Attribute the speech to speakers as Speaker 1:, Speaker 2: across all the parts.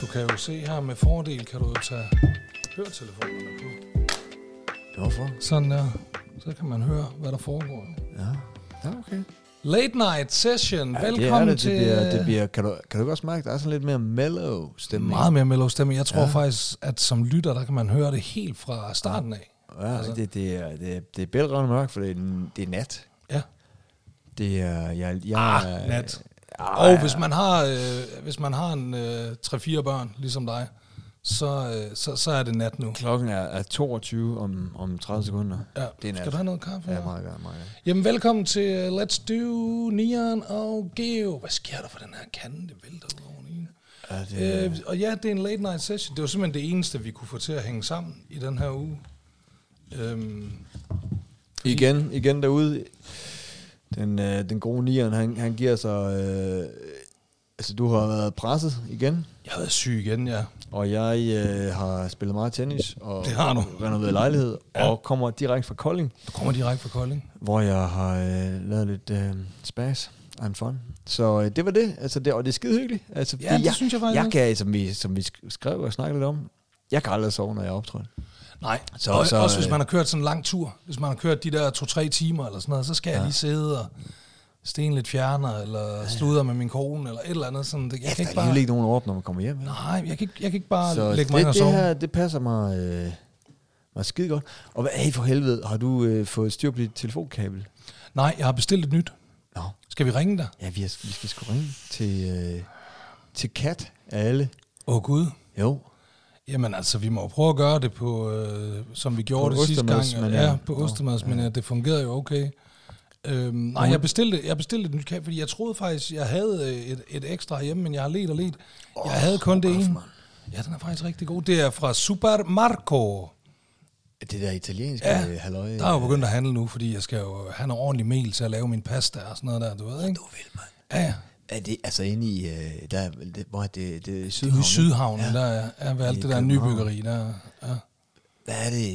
Speaker 1: du se her med fordel, kan du jo tage høretelefonerne på.
Speaker 2: Hvorfor?
Speaker 1: Sådan der. Så kan man høre, hvad der foregår.
Speaker 2: Ja. Ja, okay.
Speaker 1: Late night session.
Speaker 2: Ja, det er
Speaker 1: Velkommen
Speaker 2: det.
Speaker 1: til...
Speaker 2: Det bliver, det bliver, kan, du, kan du ikke også mærke, der er sådan lidt mere mellow stemning?
Speaker 1: øh, Meget mere mellow stemme. Jeg tror
Speaker 2: Ja.
Speaker 1: ja. faktisk, at som lytter, der kan man høre det helt fra starten af.
Speaker 2: Ja, altså. det, det, er, det, er, det er bælrende mørkt, for det er, n- det er nat.
Speaker 1: Ja.
Speaker 2: Det er... Jeg, jeg,
Speaker 1: Ah, nat.
Speaker 2: Ah,
Speaker 1: Og hvis man har, øh, hvis man har en øh, 3-4 børn, ligesom dig, så, øh, så, så er det nat nu.
Speaker 2: Klokken er, er 22 om, om 30 sekunder.
Speaker 1: Ja.
Speaker 2: Det er nat.
Speaker 1: Skal du have noget kaffe?
Speaker 2: Ja, meget godt, meget godt.
Speaker 1: Jamen, velkommen til øh, Let's Do, Nian og Geo. Hvad sker der for den her kande? Det vælter ud over den ene.
Speaker 2: Ja, det,
Speaker 1: Øh, og ja, det er en late night session. Det var simpelthen det eneste, vi kunne få til at hænge sammen i den her uge. Øhm,
Speaker 2: igen, igen derude. Den, øh, den gode nieren, han, han giver sig... Øh, altså, du har været presset igen,
Speaker 1: jeg har været syg igen, ja.
Speaker 2: og jeg øh, har spillet meget tennis, og
Speaker 1: Det har du.
Speaker 2: renoveret lejlighed, ja.
Speaker 1: Ja.
Speaker 2: og kommer direkte fra Kolding.
Speaker 1: Du kommer direkte fra Kolding.
Speaker 2: hvor jeg har øh, lavet lidt øh, spas and fun. Så øh, det var det, altså det, og det er skide hyggeligt. Altså,
Speaker 1: Ja, det
Speaker 2: jeg,
Speaker 1: synes jeg faktisk
Speaker 2: jeg
Speaker 1: også.
Speaker 2: kan, som vi, som vi sk- skrev og snakkede lidt om, jeg kan aldrig sove, når jeg optræder.
Speaker 1: Nej,
Speaker 2: Så-
Speaker 1: så, og,
Speaker 2: så,
Speaker 1: så, også
Speaker 2: øh,
Speaker 1: hvis man har kørt sådan en lang tur. Hvis man har kørt de der to-tre timer eller sådan noget, så skal ja. jeg lige sidde og sten lidt fjerner, eller sludre med min kone, eller et eller andet. Sådan. Det, jeg,
Speaker 2: Jeg
Speaker 1: kan
Speaker 2: kan
Speaker 1: ikke
Speaker 2: der er
Speaker 1: bare,
Speaker 2: alligevel ikke nogen op, når man kommer hjem. vel?
Speaker 1: nej, jeg kan, ikke, jeg kan ikke bare
Speaker 2: Så
Speaker 1: så
Speaker 2: det,
Speaker 1: lægge mig ind og sove.
Speaker 2: det her, det passer mig, øh, mig skide godt. Og hvad, hey, for helvede, har du øh, fået styr på dit telefonkabel?
Speaker 1: Nej, jeg har bestilt et nyt.
Speaker 2: Nå,
Speaker 1: Skal vi ringe dig?
Speaker 2: ja, vi, har, vi skal sgu ringe til, øh, til Kat af alle.
Speaker 1: Åh oh, gud.
Speaker 2: Jo,
Speaker 1: Jamen altså, vi må jo prøve at gøre det på, øh, som vi gjorde
Speaker 2: På
Speaker 1: det sidste gang.
Speaker 2: ostemadsmanér.
Speaker 1: Ja, på
Speaker 2: Nå,
Speaker 1: ostemadsmanér. Ja. Det fungerede jo okay. Øhm, nej, jeg bestilte, jeg bestilte et nyt kage, fordi jeg troede faktisk, jeg havde øh, et, et ekstra hjemme, men jeg har let og let. Jeg havde kun det ene. Ja, den er faktisk rigtig god. Det er fra Super Marco.
Speaker 2: det der italienske
Speaker 1: Ja,
Speaker 2: ja, halløj.
Speaker 1: Der er jo begyndt at handle nu, fordi jeg skal jo have noget ordentlig mel til at lave min pasta og sådan noget der, du ved, ikke?
Speaker 2: Du vil mig.
Speaker 1: Ja, ja.
Speaker 2: Er det altså inde i, øh, der, er vel det, hvor er det, det er
Speaker 1: Ude
Speaker 2: Sydhavn?
Speaker 1: i
Speaker 2: ikke?
Speaker 1: Sydhavnen, ja. der er, er ved
Speaker 2: I
Speaker 1: alt det der
Speaker 2: København.
Speaker 1: nybyggeri der. Ja.
Speaker 2: Hvad er det?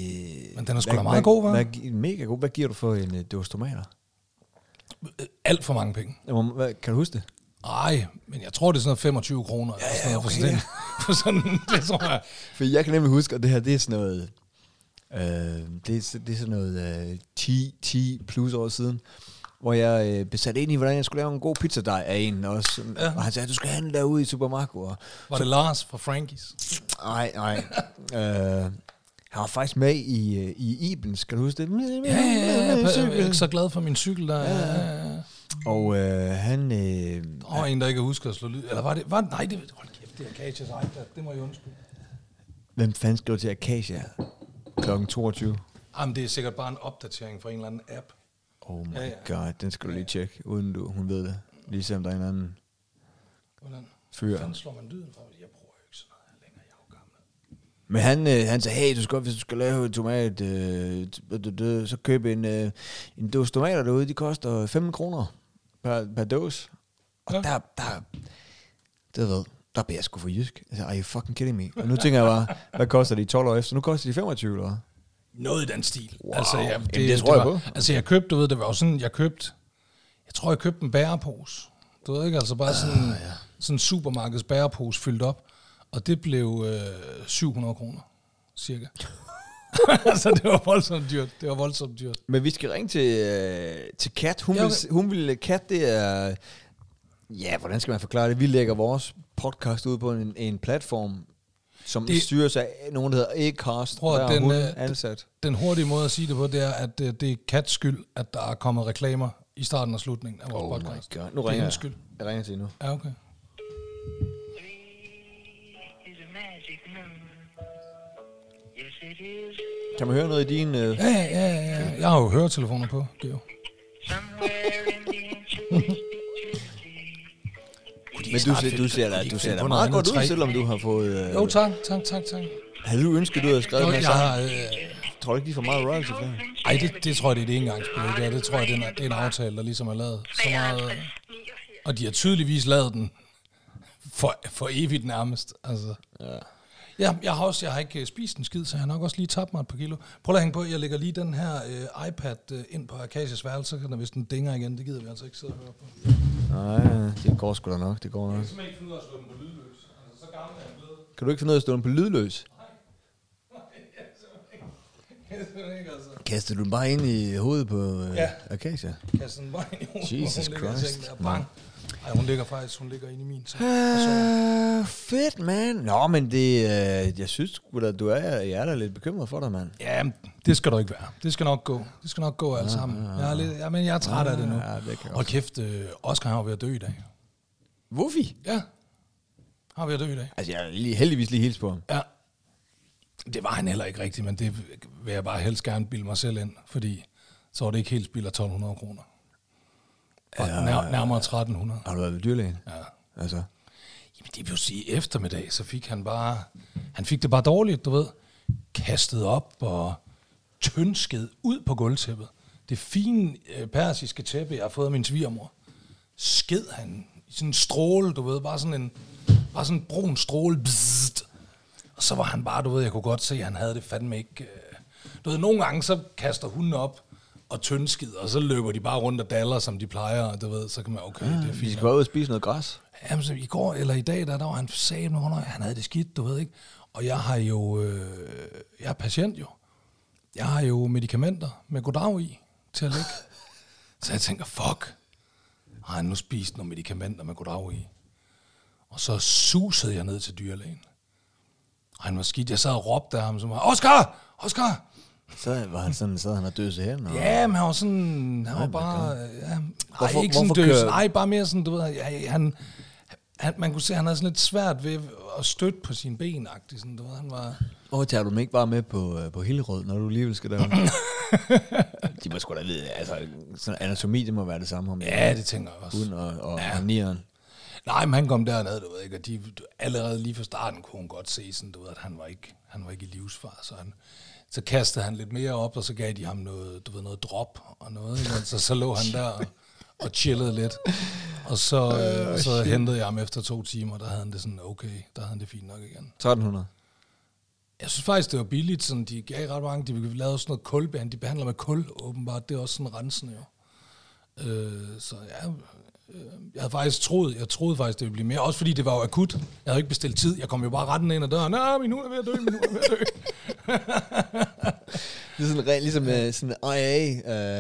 Speaker 1: Men den er sgu
Speaker 2: hvad-
Speaker 1: da meget
Speaker 2: hvad-
Speaker 1: god, hva'?
Speaker 2: Hvad, gi- mega god. Hvad giver du for en øh, dåse tomater?
Speaker 1: Øh, Alt for mange penge.
Speaker 2: Jamen, Hvad, kan du huske det?
Speaker 1: Ej, men jeg tror, det er sådan noget 25 kroner. Ja, ja, okay, for sådan, ja. for sådan, det tror jeg.
Speaker 2: For jeg kan nemlig huske, at det her, det er sådan noget... Øh, det, er, så- det er sådan noget øh, 10, 10 plus år siden, hvor jeg øh, blev sat ind i, hvordan jeg skulle lave en god pizzadej af en også. Ja.
Speaker 1: Ja.
Speaker 2: Og han sagde, du skal handle derude i supermarkedet. og-
Speaker 1: Var det Lars fra Frankies?
Speaker 2: Nej, nej. øh, han var faktisk med i, øh, i Ibens, kan du huske det?
Speaker 1: Ja, ja, ja. Jeg er ikke så glad for min cykel der. Ja, ja, ja.
Speaker 2: Og øh, han... Øh,
Speaker 1: Og en, der ikke husker at slå lyd. Eller var det? Var, nej, det, hold kæft, det er Akacias iPad. Det må jeg undskylde.
Speaker 2: hvem fanden skrev til Acacia kl. 22?
Speaker 1: Jamen, Ah, det er sikkert bare en opdatering fra en eller anden app.
Speaker 2: Oh my ja,
Speaker 1: Ja,
Speaker 2: ja.
Speaker 1: ja.
Speaker 2: god, den skal du lige tjekke, uden du, hun ved det. Lige se, om der er en anden
Speaker 1: Hvordan
Speaker 2: fyr.
Speaker 1: fanden slår man lyden fra? Jeg bruger jo ikke sådan noget her længere. Jeg er jo gammel.
Speaker 2: Men han, øh, han sagde, hey, du skal, hvis du skal lave en tomat, øh, d- d- d- så køb en, øh, en dåse tomater derude, de koster 15 kroner per, per dåse. Og ja.
Speaker 1: Ja.
Speaker 2: der, der, det ved, der bliver jeg sgu for jysk. Altså, are you fucking kidding me? Og nu tænker jeg bare, hvad koster de 12 år efter? Nu koster de 25 eller hvad?
Speaker 1: Noget i den stil.
Speaker 2: Wow.
Speaker 1: Altså, ja,
Speaker 2: Jamen, det tror jeg
Speaker 1: var,
Speaker 2: på.
Speaker 1: Altså, jeg købte, du ved, det var jo sådan, jeg købte, jeg tror, jeg købte en bærepose. Du ved ikke, altså bare sådan,
Speaker 2: Ah,
Speaker 1: uh, ja. sådan en supermarkeds bærepose fyldt op. Og det blev øh, 700 kroner, cirka. altså, det var voldsomt dyrt. Det var voldsomt dyrt.
Speaker 2: Men vi skal ringe til, øh, til Kat. Hun,
Speaker 1: Ja,
Speaker 2: vil, hun vil... øh, Kat, det er... Ja, hvordan skal man forklare det? Vi lægger vores podcast ud på en, en platform, som det,
Speaker 1: Det-
Speaker 2: styres af nogen, der hedder Acast.
Speaker 1: Prøv at
Speaker 2: Der er
Speaker 1: den,
Speaker 2: hun
Speaker 1: øh,
Speaker 2: ansat.
Speaker 1: Den hurtige måde at sige det på, det er, at øh, det er Kats skyld, at der er kommet reklamer i starten og slutningen af vores
Speaker 2: Oh my
Speaker 1: podcast.
Speaker 2: god.
Speaker 1: Det
Speaker 2: Nu
Speaker 1: er hendes
Speaker 2: ringer jeg.
Speaker 1: skyld.
Speaker 2: Jeg ringer til hende nu.
Speaker 1: Ja, okay.
Speaker 3: Three is a magic number. Yes, it is.
Speaker 2: Kan man høre noget i din... Øh,
Speaker 1: Ja, ja, ja, ja, ja. Jeg har jo høretelefoner på, Geo.
Speaker 3: Somewhere in the ancient history.
Speaker 2: men du, ser, du ser da, du ser da meget godt ud, selvom du har fået... Øh,
Speaker 1: Jo, tak, tak, tak, tak.
Speaker 2: havde du ønsket, du havde skrevet
Speaker 1: Jo,
Speaker 2: den her
Speaker 1: jeg
Speaker 2: sang?
Speaker 1: har, øh,
Speaker 2: Tror du ikke, de får meget royalty for det?
Speaker 1: Ej, det, det tror jeg, det er et engangsbillede. Det, er. det tror jeg, det er, en, det er en aftale, der ligesom er lavet. Så meget, og de har tydeligvis lavet den for, for evigt nærmest. Altså.
Speaker 2: Ja.
Speaker 1: Ja, jeg har også jeg har ikke øh, spist en skid, så jeg har nok også lige tabt mig et par kilo. Prøv lige at hænge på, jeg lægger lige den her øh, iPad øh, ind på Akacias værelse, så kan den, hvis den dinger igen, det gider vi altså ikke sidde og høre på.
Speaker 2: Nej, det går sgu da nok, det går nok.
Speaker 1: simpelthen ikke finde ud af at slå den på lydløs. Altså, så gammel er jeg blevet.
Speaker 2: Kan du ikke finde ud af at stå den på lydløs?
Speaker 1: altså.
Speaker 2: Kastede du den bare ind i hovedet på øh,
Speaker 1: Ja.
Speaker 2: Akacia?
Speaker 1: Kaster den bare ind i hovedet,
Speaker 2: Jesus
Speaker 1: hvor hun ligger i
Speaker 2: Christ,
Speaker 1: sengen der.
Speaker 2: mand.
Speaker 1: Bang. Ej, hun ligger faktisk, hun ligger inde i min seng. Og så-
Speaker 2: Uh, fedt, man. Nå, men det, øh, jeg synes sgu da, du er, jeg er da lidt bekymret for dig, mand.
Speaker 1: Ja, men det skal du ikke være. Det skal nok gå. Det skal nok gå alt sammen. Jeg er, lidt, ja, men jeg er træt af det nu.
Speaker 2: Ja, det kan
Speaker 1: Hold kæft, øh, Oscar har ved at dø i dag.
Speaker 2: Hvorfor?
Speaker 1: Ja, har ved at dø i dag.
Speaker 2: Altså, jeg er lige, heldigvis lige hils på ham.
Speaker 1: Ja. Det var han heller ikke rigtigt, men det vil jeg bare helst gerne bilde mig selv ind, fordi så var det ikke helt spild af 1200 kroner. Og nær, nærmere 1300.
Speaker 2: Har du været ved dyrlægen?
Speaker 1: Ja.
Speaker 2: Altså,
Speaker 1: Jamen, det vil jo sige, eftermiddag, så fik han bare... Han fik det bare dårligt, du ved. Kastet op og tønsket ud på gulvtæppet. Det fine øh, persiske tæppe, jeg har fået af min svigermor, sked han i sådan en stråle, du ved, bare sådan en, bare sådan en brun stråle. Bzzzt. Og så var han bare, du ved, jeg kunne godt se, at han havde det fandme ikke... Øh. Du ved, nogle gange så kaster hunden op og tønskid, og så løber de bare rundt og daller, som de plejer, og du ved, så kan man, okay, det er
Speaker 2: vi
Speaker 1: fint.
Speaker 2: skal gå ud og spise noget græs.
Speaker 1: Jamen, så i går eller i dag, der, der var han sagde med under, han havde det skidt, du ved ikke. Og jeg har jo, øh, jeg er patient jo. Jeg har jo medicamenter med goddag i til at ligge. så jeg tænker, fuck, har han nu spist nogle medicamenter med goddag i? Og så susede jeg ned til dyrlægen. Og han var skidt. Jeg sad og råbte af ham, som var, Oscar! Oscar!
Speaker 2: Så var han sådan, så han og døse hen. Og...
Speaker 1: Ja, men han var sådan, han var bare, øh, ja, ej,
Speaker 2: Hvorfor-
Speaker 1: ikke sådan
Speaker 2: hvorfor kører-
Speaker 1: døs, nej, bare mere sådan, du ved, ja, han, han, man kunne se, han havde sådan lidt svært ved at støtte på sine ben, agtigt, sådan, du ved, han var,
Speaker 2: Hvorfor tager du dem ikke bare med på, øh, på Hillerød, når du alligevel skal derhen? de må sgu da vide, altså sådan anatomi, det må være det samme om
Speaker 1: ja, det tænker jeg også.
Speaker 2: hund og, og, ja. og nieren.
Speaker 1: Nej, men han kom derned, du ved ikke, og de, du- allerede lige fra starten kunne hun godt se, sådan, du ved, at han var ikke, han var ikke i livsfar, så han, så kastede han lidt mere op, og så gav de ham noget, du ved, noget drop og noget, ikke? Altså, så, så lå han der og, og chillede lidt. Og så, øh, så hentede jeg ham efter to timer, der havde han det sådan, okay, der havde han det fint nok igen.
Speaker 2: 1300.
Speaker 1: Jeg synes faktisk, det var billigt, sådan, de gav ret mange, de lavede sådan noget kulbehandling, de behandler med kul åbenbart, det er også sådan rensende jo. Øh, så ja, øh, jeg havde faktisk troet, jeg troede faktisk, det ville blive mere, også fordi det var jo akut, jeg havde ikke bestilt tid, jeg kom jo bare retten ind ad døren, nej, min hund er ved at dø, min hund er ved at dø.
Speaker 2: Det er sådan rent ligesom øh, sådan IA,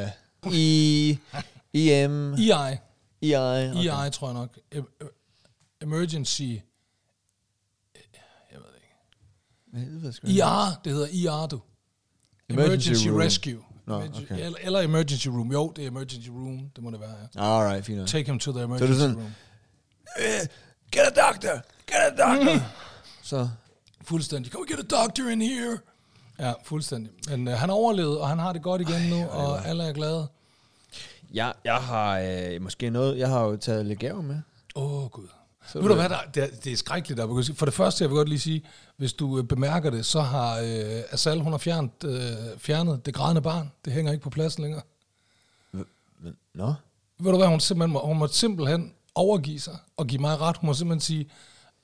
Speaker 2: øh, I, IM,
Speaker 1: EI,
Speaker 2: EI. Okay.
Speaker 1: EI E tror jeg nok, Em- em- emergency, jeg ved det ikke,
Speaker 2: EI.
Speaker 1: IR, det hedder IR, du.
Speaker 2: Emergency
Speaker 1: Emergency,
Speaker 2: room.
Speaker 1: Rescue.
Speaker 2: Nå,
Speaker 1: Emergency-
Speaker 2: okay.
Speaker 1: eller, eller Emergency Room, jo, det er Emergency Room, det må det være, ja.
Speaker 2: Alright, fint. nok.
Speaker 1: Take him to the
Speaker 2: Så er
Speaker 1: emergency
Speaker 2: det sådan,
Speaker 1: room.
Speaker 2: "Øh, get a doctor, get a doctor. Så,
Speaker 1: Fuldstændig. Can we get a doctor in here? Ja, fuldstændig. Men øh, han overlevede, og han har det godt igen Ej, nu, og alle er glade.
Speaker 2: jeg, jeg har øh, måske noget, jeg har jo taget lidt gaver med.
Speaker 1: Åh, oh, Gud.
Speaker 2: Så
Speaker 1: Nu du hvad, der, det, er, det er skrækkeligt, der er begyndt. at ske. For det første, jeg vil godt lige sige, hvis du øh, bemærker det, så har øh, Asal, hun har fjernet, øh, fjernet det grædende barn. Det hænger ikke på pladsen længere.
Speaker 2: Men, nå?
Speaker 1: Ved du hvad, hun, simpelthen må, hun må simpelthen overgive sig og give mig ret. Hun må simpelthen sige,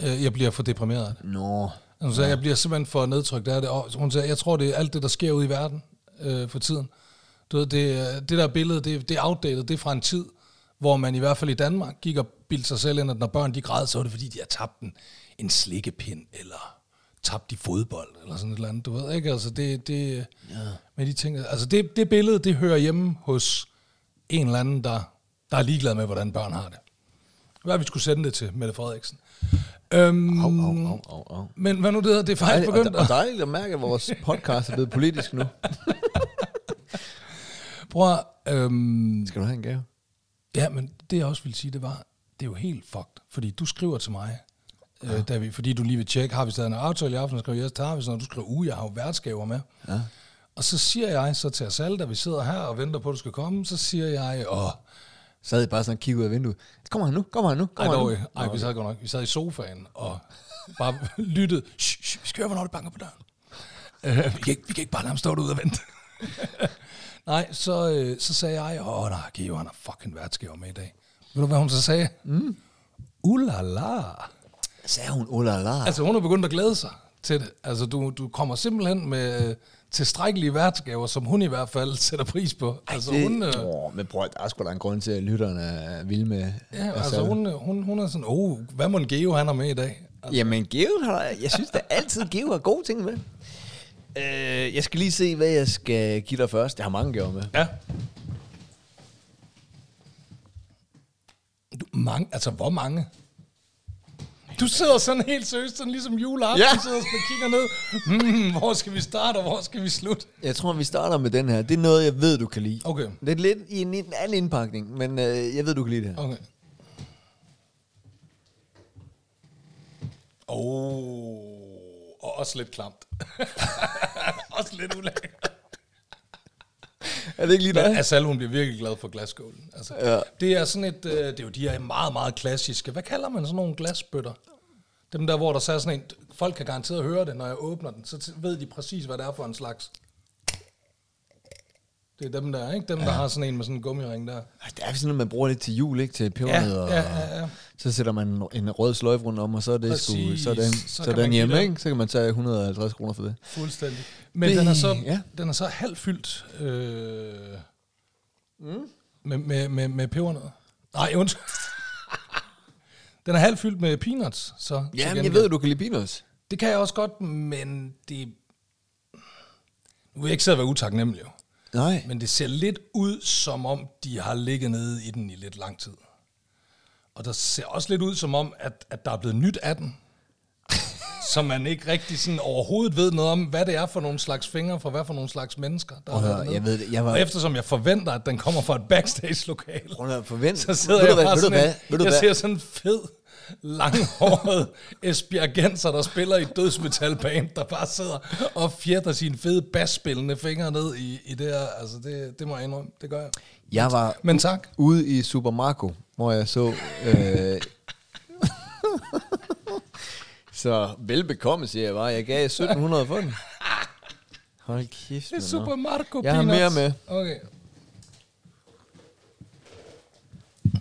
Speaker 1: øh, jeg bliver for deprimeret af det.
Speaker 2: Nå.
Speaker 1: Hun sagde, jeg bliver simpelthen for nedtrykt af det. Og hun sagde, jeg tror, det er alt det, der sker ude i verden øh, for tiden. Du ved, det, øh, det der billede, det, det er outdated, det er fra en tid, hvor man i hvert fald i Danmark gik og bildte sig selv ind, at når børn de græd, så var det fordi, de har tabt en, en slikkepind, eller tabt i fodbold, eller sådan et eller andet. Du ved ikke, altså det... det ja. Men de tænker, altså det, det billede, det hører hjemme hos en eller anden, der, der er ligeglad med, hvordan børn har det. Hvad vi skulle sende det til, Mette Frederiksen. Øhm,
Speaker 2: Au, au, au, au, au.
Speaker 1: men hvad nu det hedder, det er faktisk
Speaker 2: Ej, og,
Speaker 1: begyndt
Speaker 2: og
Speaker 1: at...
Speaker 2: dejligt at mærke, at vores podcast er blevet politisk nu.
Speaker 1: Prøv at, øhm,
Speaker 2: Skal du have en gave?
Speaker 1: ja, men det jeg også ville sige, det var, det er jo helt fucked, fordi du skriver til mig, øh, David, fordi du lige vil tjekke, har vi stadig en aftale i aften, skriver jeg, så har vi sådan, noget. du skriver, uge, jeg har jo værtsgaver med. Ja. Og så siger jeg så til Asal, da vi sidder her og venter på, at du skal komme, så siger jeg, åh,
Speaker 2: Så havde jeg bare sådan og kiggede ud af vinduet. Kommer han nu? Kommer han nu?
Speaker 1: ej,
Speaker 2: Kommer han nu?
Speaker 1: dog, ej, vi sad godt nok, vi sad i sofaen og bare lyttede, shh, shh, vi skal høre, hvornår det banker på døren. Øh, vi, kan ikke, vi kan ikke bare lade ham stå derude og vente. nej, så, øh, så sagde jeg, åh nej, Geo, han har fucking værtsgaver med i dag. Ved du, hvad hun så sagde? Mm. Ulala.
Speaker 2: Sagde hun, oh la la.
Speaker 1: Altså, hun er begyndt at glæde sig til det. Altså, du, du kommer simpelthen med øh, tilstrækkelige værtsgaver, som hun i hvert fald sætter pris på. Altså,
Speaker 2: det,
Speaker 1: hun, øh,
Speaker 2: åh, men prøv, der er sgu da en grund til, at lytterne er vilde med
Speaker 1: ja,
Speaker 2: Asal.
Speaker 1: altså, hun, øh, hun, hun er sådan, åh, oh, hvad må en Geo han har med i dag?
Speaker 2: Jamen, Georg har, jeg synes da altid, Georg har gode ting med. Øh, jeg skal lige se, hvad jeg skal give dig først. Jeg har mange gaver med.
Speaker 1: Ja. Du, mange, altså, hvor mange? Du sidder sådan helt seriøst, sådan ligesom juleaften,
Speaker 2: Ja.
Speaker 1: ja. sidder og kigger ned. Mm, hvor skal vi starte, og hvor skal vi slutte?
Speaker 2: Jeg tror, vi starter med den her. Det er noget, jeg ved, du kan lide.
Speaker 1: Okay.
Speaker 2: Det er lidt i en, en anden indpakning, men øh, jeg ved, du kan lide det her.
Speaker 1: Okay. Oh, og også lidt klamt. også lidt ulækkert.
Speaker 2: Er det ikke lige
Speaker 1: Men
Speaker 2: dig?
Speaker 1: altså, hun bliver virkelig glad for glasskålen. Altså,
Speaker 2: Ja.
Speaker 1: ja. Det er sådan et, øh, det er jo de her meget, meget klassiske, hvad kalder man sådan nogle glasbøtter? Dem der, hvor der så er sådan en, folk kan garanteret høre det, når jeg åbner den, så t- ved de præcis, hvad det er for en slags. Det er dem der, ikke? Dem, ja. der har sådan en med sådan en gummiring der.
Speaker 2: Ej, Det er sådan noget, man bruger det til jul, ikke? Til pebernød,
Speaker 1: Ja,
Speaker 2: og
Speaker 1: ja, ja, ja.
Speaker 2: så sætter man en- en rød sløjf rundt om, og så er det sgu,
Speaker 1: Præcis.
Speaker 2: så er den,
Speaker 1: Så
Speaker 2: så er
Speaker 1: kan man
Speaker 2: den
Speaker 1: give
Speaker 2: hjemme,
Speaker 1: den.
Speaker 2: ikke? Så kan man tage 150 kroner for det.
Speaker 1: Fuldstændig. Men
Speaker 2: Det-
Speaker 1: den er så,
Speaker 2: ja.
Speaker 1: ja. den er så halvfyldt øh, mm. med, med, med, med pebernødder. Nej, undskyld. Den er halvfyldt med peanuts, så. til
Speaker 2: Ja, jeg
Speaker 1: gengæld.
Speaker 2: ved, du kan lide peanuts.
Speaker 1: Det kan jeg også godt, men det... Nu vil jeg ikke sidde og være utaknemmelig, jo.
Speaker 2: Nej.
Speaker 1: Men det ser lidt ud, som om de har ligget nede i den i lidt lang tid. Og der ser også lidt ud, som om, at, at der er blevet nyt af den. så man ikke rigtig sådan overhovedet ved noget om, hvad det er for nogle slags fingre, for hvad for nogle slags mennesker, der
Speaker 2: Prøv at
Speaker 1: har
Speaker 2: høre,
Speaker 1: været
Speaker 2: jeg
Speaker 1: dernede.
Speaker 2: ved det, jeg var-
Speaker 1: Og eftersom jeg forventer, at den kommer fra et backstage-lokale,
Speaker 2: Prøv at forvente.
Speaker 1: så sidder
Speaker 2: ved
Speaker 1: jeg
Speaker 2: du hvad,
Speaker 1: bare
Speaker 2: ved du
Speaker 1: sådan
Speaker 2: hvad,
Speaker 1: en,
Speaker 2: ved du
Speaker 1: jeg
Speaker 2: hvad,
Speaker 1: ser sådan en fed, langhåret Esbjergenser, der spiller i et dødsmetalband, der bare sidder og fjerter sine fede basspillende fingre ned i, i det her. Altså, det, det må jeg indrømme. Det gør jeg.
Speaker 2: jeg var
Speaker 1: Men tak.
Speaker 2: ude i Super Marco, hvor jeg så... Øh, så velbekomme, siger jeg bare. Jeg gav 1700 for den. Hold kæft,
Speaker 1: Det er
Speaker 2: mand.
Speaker 1: Super Marco
Speaker 2: Jeg har
Speaker 1: Peanuts.
Speaker 2: mere med.
Speaker 1: Okay.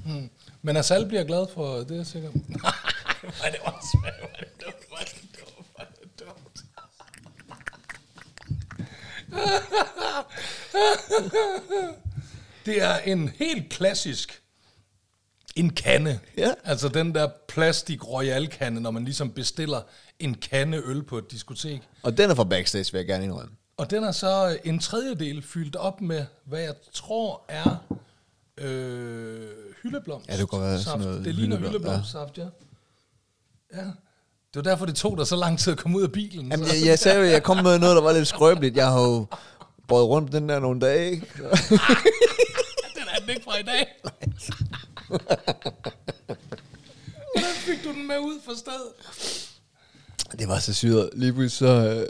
Speaker 1: Hmm. Men Asal bliver glad for det, er jeg sikker. Nej, hvor er det åndssvagt. Hvor er det dumt. Hvor er det dumt. Hvor er det dumt. Det er en helt klassisk en kande.
Speaker 2: Ja.
Speaker 1: Altså den der plastik royal kande, når man ligesom bestiller en kande øl på et diskotek.
Speaker 2: Og den er fra Backstage, vil jeg gerne indrømme.
Speaker 1: Og den er så øh, en tredjedel fyldt op med, hvad jeg tror er øh, hyldeblomst.
Speaker 2: Ja, det kunne godt være sådan
Speaker 1: saft.
Speaker 2: noget
Speaker 1: Det ligner
Speaker 2: hyldeblom-
Speaker 1: hyldeblomstsaft, ja. ja. Det var derfor, det tog dig så lang tid at komme ud af bilen.
Speaker 2: Jamen,
Speaker 1: så.
Speaker 2: jeg, jeg sagde jo, jeg kom med noget, der var lidt skrøbeligt. Jeg har jo båret rundt på den der nogle dage, ikke?
Speaker 1: Den er den ikke fra i dag. Hvordan fik du den med ud for sted?
Speaker 2: Det var så syret. Lige pludselig så... Øh,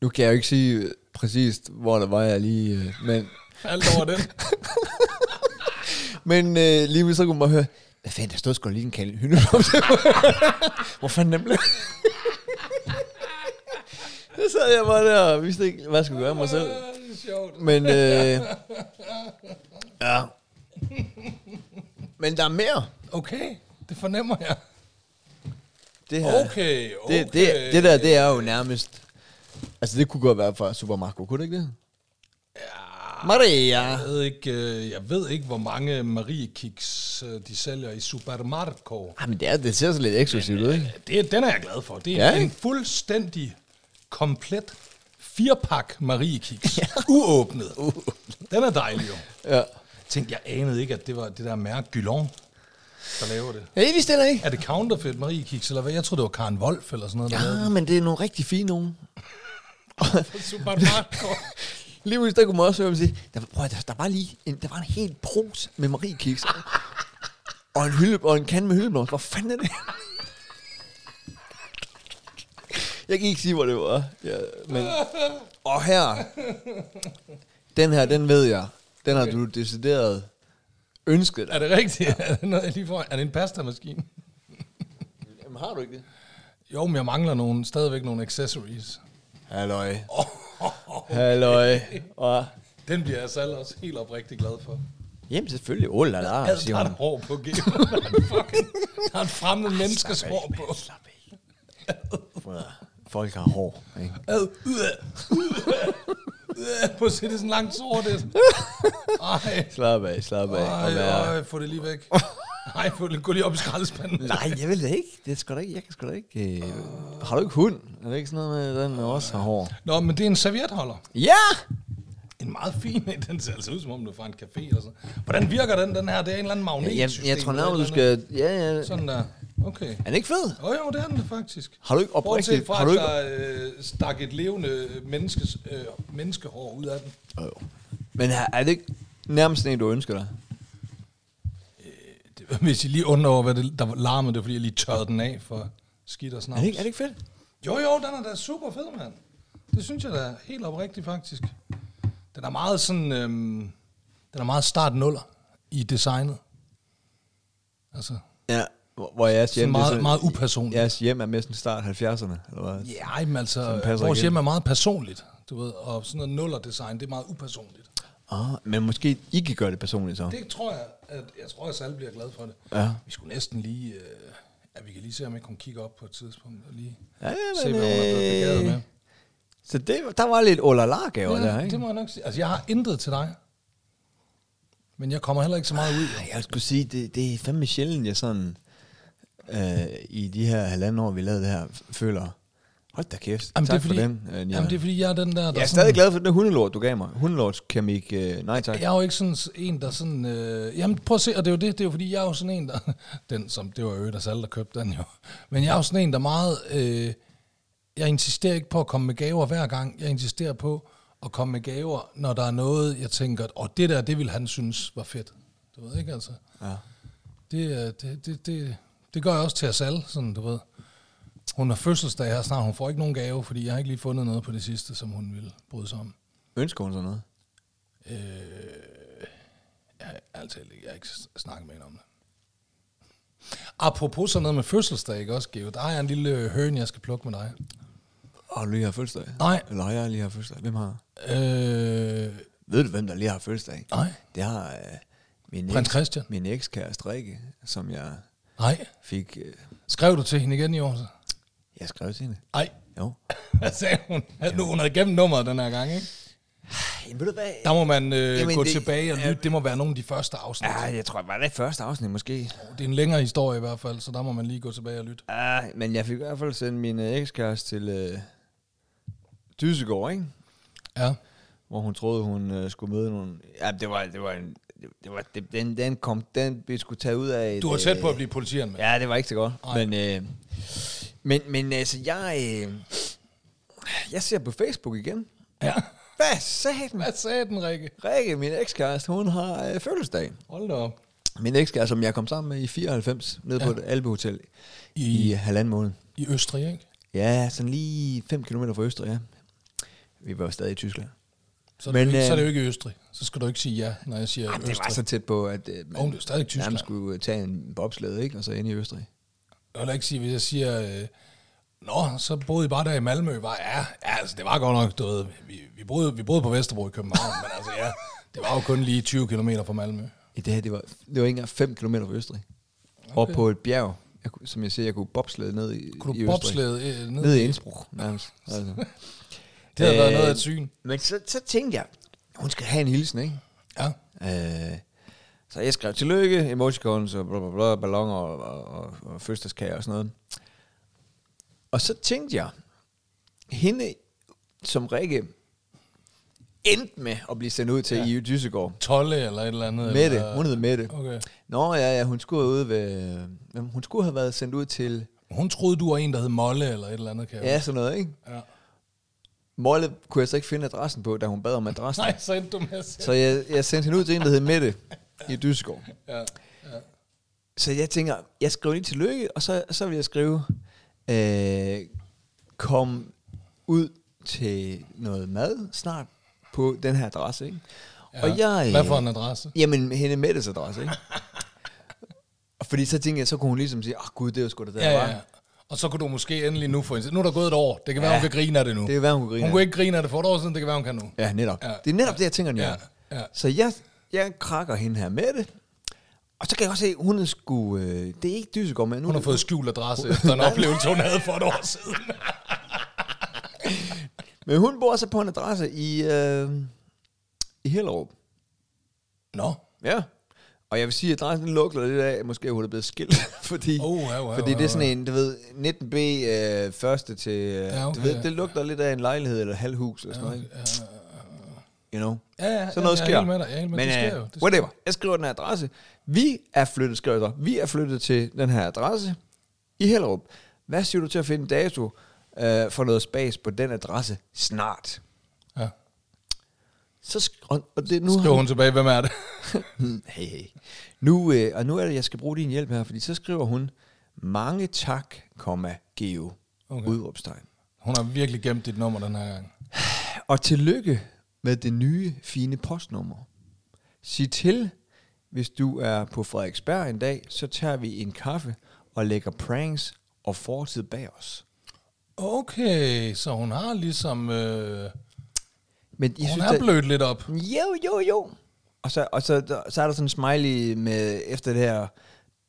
Speaker 2: nu kan jeg jo ikke sige øh, præcist, hvor der var jeg lige... Øh, men
Speaker 1: Alt over den.
Speaker 2: men øh, lige pludselig så kunne man høre... Hvad fanden, der stod sgu lige en kalde hyndeblomst. hvor fanden den blev... så sad jeg bare der og vidste ikke, hvad jeg skulle gøre af mig selv.
Speaker 1: Øh, Det er sjovt.
Speaker 2: Men... Øh, ja. Men der er mere.
Speaker 1: Okay, det fornemmer jeg.
Speaker 2: Det her.
Speaker 1: Okay, okay.
Speaker 2: Det, det, det der, det er jo nærmest... Altså, det kunne godt være fra Super Marco, kunne det ikke det? Ja. Maria.
Speaker 1: Jeg ved ikke, øh, jeg ved ikke hvor mange Marie Kiks øh, de sælger i Supermarco.
Speaker 2: Ej, Ah, men det, er, det ser så lidt eksklusivt ud, ikke?
Speaker 1: Det, den er jeg glad for. Det er
Speaker 2: Ja,
Speaker 1: ja, en
Speaker 2: ikke?
Speaker 1: fuldstændig komplet firepak Marie Kiks. Ja. Uåbnet. Den er dejlig jo.
Speaker 2: Ja.
Speaker 1: Tænk, jeg anede ikke, at det var det der mærke Gylon, der laver det.
Speaker 2: Hey, vi stiller ikke.
Speaker 1: Er det counterfeit Marie Kiks, eller hvad? Jeg troede, det var Karen Wolf eller sådan noget, der lavede
Speaker 2: Ja, men det er nogle rigtig fine nogen.
Speaker 1: det. Supermarco.
Speaker 2: Lige pludselig, der kunne man også høre dem sige, der, var- prøv, at- der, der, var lige en, der var en helt pros med Marie Kiks. og en hylde, og en kande med hyldeblomst. Hvor fanden er det? Jeg kan ikke sige, hvor det var. Ja, men, og her. Den her, den ved jeg. Den har du decideret ønsket dig.
Speaker 1: er det rigtigt? Er det, noget, jeg lige får? er det en pastamaskine?
Speaker 2: Jamen, har du ikke det?
Speaker 1: Jo, men jeg mangler nogle, stadigvæk nogle accessories.
Speaker 2: Halløj. Halløj. Og,
Speaker 1: Den bliver jeg selv også helt oprigtig glad for.
Speaker 2: jamen, selvfølgelig. Oh la la,
Speaker 1: Alt
Speaker 2: siger
Speaker 1: har
Speaker 2: hun. Ah,
Speaker 1: et hår på gæben. Fucking- Der er et fremmed menneskes hår på.
Speaker 2: Folk har hår, ikke?
Speaker 1: Ad, ud af, ud af, ud af. Prøv at se, det er sådan langt sort. Det. er sådan- Ej,
Speaker 2: Slap af, slap af. og
Speaker 1: ej,
Speaker 2: vær-
Speaker 1: ej, få det lige væk. Nej, få det. Gå lige op i skraldespanden.
Speaker 2: Nej, jeg vil det ikke. Det skal da ikke. Jeg kan sgu da ikke. Øh, har du ikke hund? Er det ikke sådan noget med, at den også har hår?
Speaker 1: Nå, men det er en servietholder.
Speaker 2: Ja!
Speaker 1: En meget fin en. Den ser altså ud, som om du er fra en café. Eller sådan. Hvordan virker den, den her? Det er en eller anden magnet.
Speaker 2: Jeg, jeg, jeg tror nærmere, du skal... Ja, ja.
Speaker 1: Sådan der. Okay.
Speaker 2: Er den ikke fed?
Speaker 1: Åh oh, jo, det er den da faktisk.
Speaker 2: Har du ikke
Speaker 1: Bortset
Speaker 2: oprigtigt...
Speaker 1: fra,
Speaker 2: Har du ikke...
Speaker 1: at der øh, stak et levende menneskes, øh, menneskehår ud af den.
Speaker 2: Jo, jo. Men er er det ikke nærmest sådan en, du ønsker dig?
Speaker 1: Det, hvis I lige undrer over, hvad det, der larmede, det var, fordi jeg lige tørrede den af for skidt og
Speaker 2: Er
Speaker 1: snaps.
Speaker 2: det ikke, er det ikke fedt?
Speaker 1: Jo, jo, den er da super fed, mand. Det synes jeg da er helt oprigtigt, faktisk. Den er meget sådan... Øhm, den er meget start nuller i designet. Altså,
Speaker 2: Ja. Hvor, hvor jeres
Speaker 1: Sådan
Speaker 2: hjem... det er
Speaker 1: meget- meget upersonligt.
Speaker 2: Jeres hjem er mest en start 70'erne, eller hvad?
Speaker 1: ja, ej, men altså,
Speaker 2: Sådan passer
Speaker 1: vores
Speaker 2: ikke ind.
Speaker 1: hjem er meget personligt, du ved, og sådan noget nuller-design, det er meget upersonligt.
Speaker 2: Ah, men måske I kan gøre det personligt så.
Speaker 1: Det tror jeg, at jeg tror, at Sal bliver glad for det.
Speaker 2: Ja.
Speaker 1: Vi skulle næsten lige, øh, ja, vi kan lige se, om ikke hun kigger op på et tidspunkt, og lige
Speaker 2: Ja, ja,
Speaker 1: se,
Speaker 2: men,
Speaker 1: hvad hun er blevet
Speaker 2: øh,
Speaker 1: begavet med.
Speaker 2: Så det, der var lidt olala-gaver ja, der, ikke?
Speaker 1: det må jeg nok sige. Altså, jeg har intet til dig. Men jeg kommer heller ikke så meget ud.
Speaker 2: Ej, Jeg skulle sige, det, det er fandme sjældent, jeg sådan, øh, i de her halvanden år, vi lavede det her, f- føler, hold da kæft,
Speaker 1: Jamen,
Speaker 2: jamen, tak
Speaker 1: det er fordi,
Speaker 2: for den. Øh,
Speaker 1: jamen, det er fordi, jeg er den der... der
Speaker 2: jeg er
Speaker 1: sådan-
Speaker 2: stadig glad for den der hundelort, du gav mig. Hundelortskeramik, øh, nej tak.
Speaker 1: Jeg er jo ikke sådan en, der sådan... Øh, jamen, prøv at se, og det er jo det, det er jo fordi, jeg er jo sådan en, der... Den, som, det var jo der salg, der købte den jo. Men jeg er jo sådan en, der meget... Øh, jeg insisterer ikke på at komme med gaver hver gang. Jeg insisterer på at komme med gaver, når der er noget, jeg tænker, og det der, det ville han synes var fedt. Du ved ikke, altså.
Speaker 2: Ja.
Speaker 1: Det, øh, det, det, det, det gør jeg også til at salg, sådan, du ved. Hun har fødselsdag her snart, hun får ikke nogen gave, fordi jeg har ikke lige fundet noget på det sidste, som hun ville bryde sig om.
Speaker 2: Ønsker hun sådan noget?
Speaker 1: Øh, jeg, har altid, jeg har ikke s- snakket med hende om det. Apropos sådan noget med fødselsdag, ikke også, Geo? Der har jeg en lille øh, høne, jeg skal plukke med dig.
Speaker 2: Åh, lige har fødselsdag.
Speaker 1: Nej.
Speaker 2: Eller har jeg lige har fødselsdag? Hvem har?
Speaker 1: Øh,
Speaker 2: Ved du, hvem der lige har fødselsdag?
Speaker 1: nej,
Speaker 2: Det har øh, min,
Speaker 1: Prins
Speaker 2: eks,
Speaker 1: Christian.
Speaker 2: min ekskæreste Rikke, som jeg
Speaker 1: nej.
Speaker 2: fik... Øh,
Speaker 1: Skrev du til hende igen i år? så?
Speaker 2: jeg skrev til hende.
Speaker 1: Ej,
Speaker 2: Jo.
Speaker 1: hvad sagde hun? Ja. Nu, hun havde gemt nummeret den her gang, ikke?
Speaker 2: Jamen, ved du hvad?
Speaker 1: Der må man øh,
Speaker 2: Jamen,
Speaker 1: gå det,
Speaker 2: det-
Speaker 1: tilbage og lytte. Det må være nogle af de første afsnit.
Speaker 2: Ja, jeg tror, var det første afsnit måske?
Speaker 1: Det er en længere historie i hvert fald, så der må man lige gå tilbage og lytte.
Speaker 2: Ja, Ah, men jeg fik i hvert fald sendt min øh, ekskæreste til øh, Dysegård, ikke?
Speaker 1: Ja.
Speaker 2: Hvor hun troede, hun øh, skulle møde nogle... Ja, det var... Det var en, det var, det, den, den kom... Den, vi skulle tage ud af... et,
Speaker 1: Du var tæt på
Speaker 2: øh,
Speaker 1: at blive politianmeldt.
Speaker 2: Ja, det var ikke så godt.
Speaker 1: Nej.
Speaker 2: Men, øh, men, men altså, jeg... Øh, jeg ser på Facebook igen.
Speaker 1: ja.
Speaker 2: Hvad satan?
Speaker 1: Hvad sagde den, Rikke?
Speaker 2: Rikke, min ekskæreste, hun har øh, fødselsdag.
Speaker 1: Hold da op.
Speaker 2: Min ekskæreste, som jeg kom sammen med i 94, nede ja. på et albehotel i,
Speaker 1: I-
Speaker 2: i halvanden måned.
Speaker 1: I Østrig, ikke?
Speaker 2: Ja, sådan lige 5 km fra Østrig, ja. Vi var jo stadig i Tyskland.
Speaker 1: Så er, Men,
Speaker 2: Men,
Speaker 1: det, jo ikke, så er
Speaker 2: øh,
Speaker 1: det jo ikke i Østrig. Så skal du ikke sige ja, når jeg siger
Speaker 2: Ej,
Speaker 1: Ej,
Speaker 2: det var
Speaker 1: Østrig.
Speaker 2: så tæt på, at øh,
Speaker 1: Åh, men det er stadig Tyskland.
Speaker 2: nærmest skulle øh, tage en bobsled, ikke? Og så ind i Østrig.
Speaker 1: Jeg vil ikke sige, hvis jeg siger, øh, nå, så boede I bare der i Malmø. Var, ja, ja, altså, det var godt nok, du ved, vi, vi, boede, vi boede på Vesterbro i København, men altså ja, det var jo kun lige 20 km fra Malmø.
Speaker 2: I det her, det var, det var ikke engang 5 km fra Østrig. Okay. Og på et bjerg, jeg, kunne- som jeg siger, jeg kunne bobslede ned i,
Speaker 1: Kunne
Speaker 2: i
Speaker 1: du
Speaker 2: Østrig.
Speaker 1: bobslede øh, ned?
Speaker 2: Ned i Innsbruck, nærmest. Altså.
Speaker 1: Det havde været
Speaker 2: Øh,
Speaker 1: noget af et syn.
Speaker 2: Men så, så tænkte jeg, hun skal have en hilsen, ikke?
Speaker 1: Ja.
Speaker 2: Øh, så jeg skrev tillykke, emoticons og bla bla bla, ballonger og, og, og, og fødselskager og sådan noget. Og så tænkte jeg, hende som Rikke endte med at blive sendt ud til ja. i Dysegård.
Speaker 1: Tolle eller et eller andet.
Speaker 2: Mette,
Speaker 1: eller,
Speaker 2: hun øh, hed Mette.
Speaker 1: Okay.
Speaker 2: Nå ja, ja, hun skulle, ud ved, jamen, hun skulle have været sendt ud til,
Speaker 1: Hun troede, du var en, der hed Molle eller et eller andet, kan jeg
Speaker 2: ja sådan noget, ikke?
Speaker 1: Ja.
Speaker 2: Molle kunne jeg så ikke finde adressen på, da hun bad om adressen.
Speaker 1: Nej, så endte du med at sige.
Speaker 2: Så jeg, jeg sendte hende ud til en, der hed Mette i Dysegård.
Speaker 1: Ja.
Speaker 2: Så jeg tænker, jeg skriver lige tillykke, og så, så vil jeg skrive, øh, kom ud til noget mad snart på den her adresse, ikke?
Speaker 1: Ja.
Speaker 2: Ja. Og jeg, øh,
Speaker 1: Hvad for en adresse?
Speaker 2: Jamen, hende Mettes adresse, ikke? Og Fordi så tænkte jeg, så kunne hun ligesom sige, åh oh, gud, det var sgu da der,
Speaker 1: Ja,
Speaker 2: var.
Speaker 1: ja, ja. Og så kunne du måske endelig nu få en... Nu er der gået et år. Det kan være, ja. hun kan grine af det nu.
Speaker 2: Det kan være, hun kan grine
Speaker 1: Hun
Speaker 2: af
Speaker 1: kunne
Speaker 2: det.
Speaker 1: ikke grine af det for et år siden. Det kan være, hun kan nu.
Speaker 2: Ja, netop.
Speaker 1: Ja.
Speaker 2: Ja. Det er netop det, jeg tænker nu.
Speaker 1: Ja, ja.
Speaker 2: Så jeg, jeg krakker hende her med det. Og så kan jeg også se, hun er sgu... Øh, det er ikke Dysegård, men nu...
Speaker 1: Hun har fået skjult adresse efter en oplevelse, hun havde for et år siden.
Speaker 2: Men hun bor så på en adresse i, øh, i Hellerup.
Speaker 1: Nå.
Speaker 2: Ja. Og jeg vil sige, at adressen den lugter lidt af, at måske hun er blevet skilt, fordi,
Speaker 1: Oh, ja, ja,
Speaker 2: fordi
Speaker 1: ja,
Speaker 2: det er sådan
Speaker 1: ja.
Speaker 2: en, du ved, 19B øh, første til, øh, ja, okay,
Speaker 1: okay,
Speaker 2: du ved,
Speaker 1: ja.
Speaker 2: det lugter lidt af en lejlighed eller et halvhus eller sådan noget, ikke? you know.
Speaker 1: Ja, ja,
Speaker 2: Sådan
Speaker 1: ja,
Speaker 2: noget
Speaker 1: jeg er
Speaker 2: sker.
Speaker 1: helt med dig, jeg er helt med dig. Det
Speaker 2: Men
Speaker 1: sker
Speaker 2: øh,
Speaker 1: jo, det sker.
Speaker 2: whatever. Jeg skriver den her adresse. Vi er flyttet, skriver jeg så. Vi er flyttet til den her adresse i Hellerup. Hvad siger du til at finde en dato øh, for noget spas på den adresse snart?
Speaker 1: Ja.
Speaker 2: Så sk- og, og det, nu har-
Speaker 1: Skriver hun tilbage, hvem er det?
Speaker 2: Hmm, hey, hey. Nu, øh, og nu er det, jeg skal bruge din hjælp her, fordi så skriver hun, mange tak, komma, Geo, okay.
Speaker 1: Okay.
Speaker 2: udråbstegn.
Speaker 1: Hun har virkelig gemt dit nummer den her gang.
Speaker 2: Og tillykke med det nye, fine postnummer. Sig til, hvis du er på Frederiksberg en dag, så tager vi en kaffe og lægger pranks og fortid bag os.
Speaker 1: Okay, så hun har ligesom... Øh,
Speaker 2: Men jeg
Speaker 1: hun
Speaker 2: synes,
Speaker 1: er
Speaker 2: at-
Speaker 1: blødt lidt op.
Speaker 2: Jo, jo, jo. Og så, og så, der- så er der sådan en smiley med, efter det her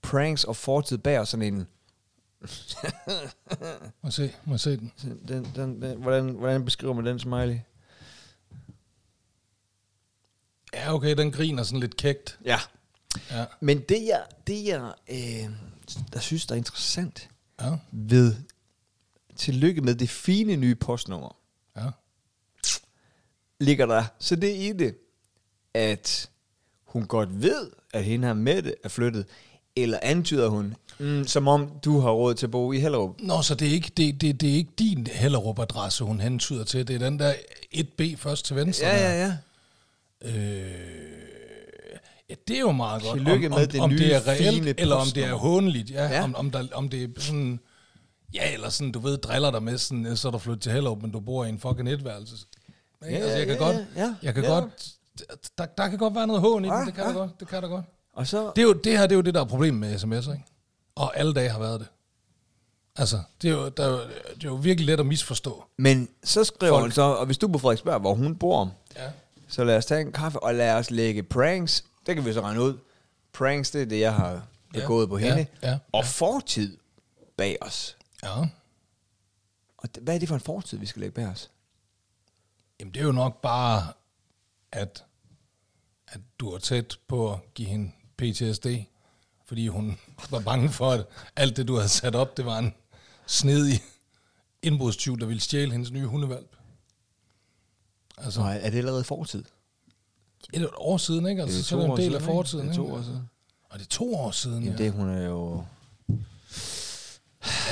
Speaker 2: pranks og fortid bag os, sådan en,
Speaker 1: Må jeg se, må jeg se den.
Speaker 2: Den, den, den, hvordan, hvordan beskriver man den smiley?
Speaker 1: Ja, okay, den griner sådan lidt kægt.
Speaker 2: Ja.
Speaker 1: Ja.
Speaker 2: Men det jeg, det jeg øh, der synes, der er interessant
Speaker 1: Ja,
Speaker 2: ved tillykke med det fine nye postnummer,
Speaker 1: ja.
Speaker 2: ligger der så det i det, at hun godt ved, at hende her Mette er flyttet, eller antyder hun, mm, som om du har råd til at bo i Hellerup.
Speaker 1: Nå, så det er ikke, det, det, det er ikke din Hellerup-adresse, hun hentyder til. Det er den der 1B først til venstre.
Speaker 2: Ja,
Speaker 1: der.
Speaker 2: ja, ja.
Speaker 1: Øh, ja det er jo meget godt.
Speaker 2: Tillykke
Speaker 1: om,
Speaker 2: med
Speaker 1: om,
Speaker 2: det
Speaker 1: om
Speaker 2: nye,
Speaker 1: det er
Speaker 2: fine
Speaker 1: reelt, eller om det er
Speaker 2: postnummer.
Speaker 1: hånligt. Ja,
Speaker 2: Ja.
Speaker 1: ja. Om, om, der, om det er sådan... Ja, eller sådan, du ved, driller dig med sådan, øh, så er du flyttet til Hellerup, men du bor i en fucking etværelse. Ja,
Speaker 2: Ja,
Speaker 1: altså, jeg kan
Speaker 2: ja,
Speaker 1: godt,
Speaker 2: ja, ja.
Speaker 1: jeg kan
Speaker 2: Ja. Ah,
Speaker 1: godt, der, der kan godt være noget hån i
Speaker 2: Ja,
Speaker 1: den, det kan
Speaker 2: ja.
Speaker 1: der godt, det kan der godt.
Speaker 2: Og så,
Speaker 1: Det, er jo, det her, det er jo det, der er problemet med sms'er, ikke? Og alle dage har været det. Altså, det er jo, der, er jo- det er jo virkelig let at misforstå.
Speaker 2: men så skriver
Speaker 1: Folk.
Speaker 2: hun så, og hvis du er på Frederiksberg, hvor hun bor,
Speaker 1: Ja.
Speaker 2: Så lad os tage en kaffe, og lad os lægge pranks. Det kan vi så regne ud. Pranks, det er det, jeg har begået på
Speaker 1: ja,
Speaker 2: hende.
Speaker 1: ja,
Speaker 2: og fortid bag os.
Speaker 1: Ja.
Speaker 2: Og det- hvad er det for en fortid, vi skal lægge bag os?
Speaker 1: Jamen, det er jo nok bare, at, at du er tæt på at give hende PTSD, fordi hun var bange for, at alt det, du havde sat op, det var en snedig indbrudstyv, der ville stjæle hendes nye hundevalp. Altså,
Speaker 2: Så er det allerede fortid?
Speaker 1: et år siden, ikke? Altså,
Speaker 2: Det er
Speaker 1: så er
Speaker 2: to
Speaker 1: det
Speaker 2: år
Speaker 1: en del
Speaker 2: siden,
Speaker 1: af
Speaker 2: ikke?
Speaker 1: fortiden,
Speaker 2: Det er
Speaker 1: ikke?
Speaker 2: to år siden.
Speaker 1: Og det er to år siden,
Speaker 2: Jamen,
Speaker 1: ja.
Speaker 2: det hun er jo...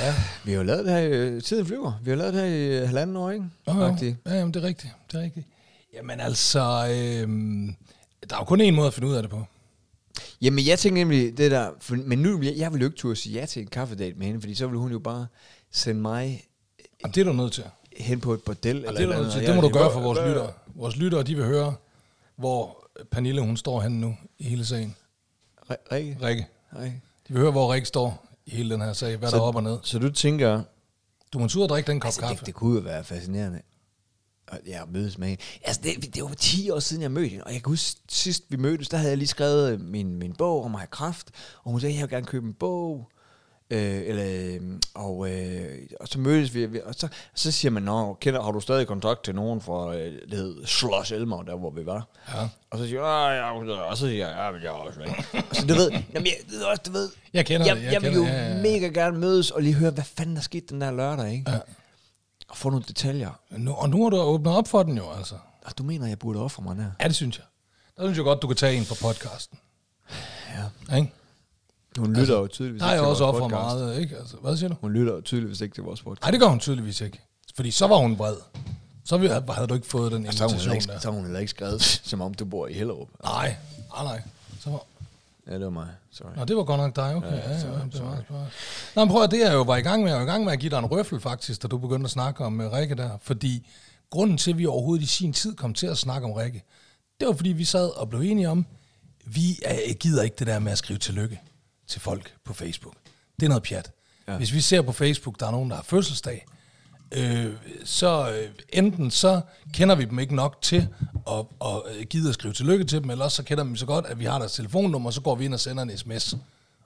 Speaker 1: ja.
Speaker 2: Vi har jo lavet det her... øh, Tiden flyver. Vi har lavet det her i øh, halvanden år, ikke?
Speaker 1: Nå, jo.
Speaker 2: Agtigt.
Speaker 1: Ja, jamen, det er rigtigt. Det er rigtigt. Jamen altså, øhm, der er jo kun én måde at finde ud af det på.
Speaker 2: Jamen, jeg tænkte nemlig det der... For, men nu, vil jeg, jeg vil jo ikke turde sige ja til en kaffedate med hende, fordi så ville hun jo bare sende mig
Speaker 1: Og det er du nødt til.
Speaker 2: hen på et bordel.
Speaker 1: Ja,
Speaker 2: eller
Speaker 1: det, er
Speaker 2: et
Speaker 1: du nødt
Speaker 2: andet,
Speaker 1: til.
Speaker 2: og
Speaker 1: det
Speaker 2: jeg
Speaker 1: må du
Speaker 2: tænker,
Speaker 1: gøre for vores
Speaker 2: "Hvad-
Speaker 1: lyttere. Vores lyttere, de vil høre, hvor Pernille, hun står henne nu i hele sagen.
Speaker 2: Ri- Rikke?
Speaker 1: Rikke.
Speaker 2: Rikke?
Speaker 1: De vil høre, hvor Rikke står i hele den her sag. Hvad der er op og ned.
Speaker 2: Så du tænker,
Speaker 1: Du må turde drikke den kop altså,
Speaker 2: altså,
Speaker 1: kaffe.
Speaker 2: det, det kunne jo være fascinerende at ja, at mødes med hende. Altså, det, det var 10 år siden, jeg mødte hende, og jeg kan huske, sidst vi mødtes, der havde jeg lige skrevet øh, min, min bog om at have kraft, og hun sagde, jeg vil gerne købe en bog, øh, eller, øh, og, øh, og så mødtes vi, vi- og så, så siger man, Nå, kender, har du stadig kontakt til nogen fra, øh, det hed Schloss Elmer, der hvor vi var.
Speaker 1: Ja.
Speaker 2: Og så siger jeg, ja, og så siger jeg, ja, men jeg er også væk. og så du ved, jamen, jeg, det er også, du ved,
Speaker 1: Jeg kender
Speaker 2: jeg,
Speaker 1: det,
Speaker 2: jeg,
Speaker 1: jeg
Speaker 2: jeg vil
Speaker 1: kender
Speaker 2: jo
Speaker 1: det, ja, ja, ja.
Speaker 2: mega gerne mødes og lige høre, hvad fanden der skete den der lørdag, ikke?
Speaker 1: Ja.
Speaker 2: og få nogle detaljer.
Speaker 1: Nu, og nu har du åbnet op for den jo, altså.
Speaker 2: Og du mener, jeg burde ofre mig der?
Speaker 1: Ja, det synes jeg. Der synes jeg godt, du kan tage en fra podcasten. Ja. Ikke?
Speaker 2: Hun lytter altså, jo tydeligvis
Speaker 1: Der er jeg også offret meget, ikke? Altså, hvad siger du?
Speaker 2: Hun lytter jo tydeligvis ikke til vores podcast.
Speaker 1: Nej, det gør hun tydeligvis ikke. Fordi så var hun vred. Så ville- havde du ikke fået den
Speaker 2: Altså, Så har hun, heller
Speaker 1: invitation
Speaker 2: ikke,
Speaker 1: der.
Speaker 2: så har hun heller ikke skrevet, som om du bor i Hellerup.
Speaker 1: Nej, nej, nej. Så var,
Speaker 2: Ja, det var mig. Sorry.
Speaker 1: Nå, det var godt nok dig, okay. Ja, ja, ja, det var meget smart. Nå, men prøv at det, jeg jo var i gang med, jeg var i gang med at give dig en røffel faktisk, da du begyndte at snakke om uh, Rikke der, fordi grunden til, at vi overhovedet i sin tid kom til at snakke om Rikke, det var fordi, vi sad og blev enige om, vi uh, gider ikke det der med at skrive tillykke til folk på Facebook. Det er noget pjat.
Speaker 2: Ja.
Speaker 1: Ja. Hvis vi ser på Facebook, der er nogen, der har fødselsdag, øh, så øh, enten så kender vi dem ikke nok til at, at øh, gide at skrive tillykke til dem, eller også så kender vi dem så godt, at vi har deres telefonnummer, og så går vi ind og sender en sms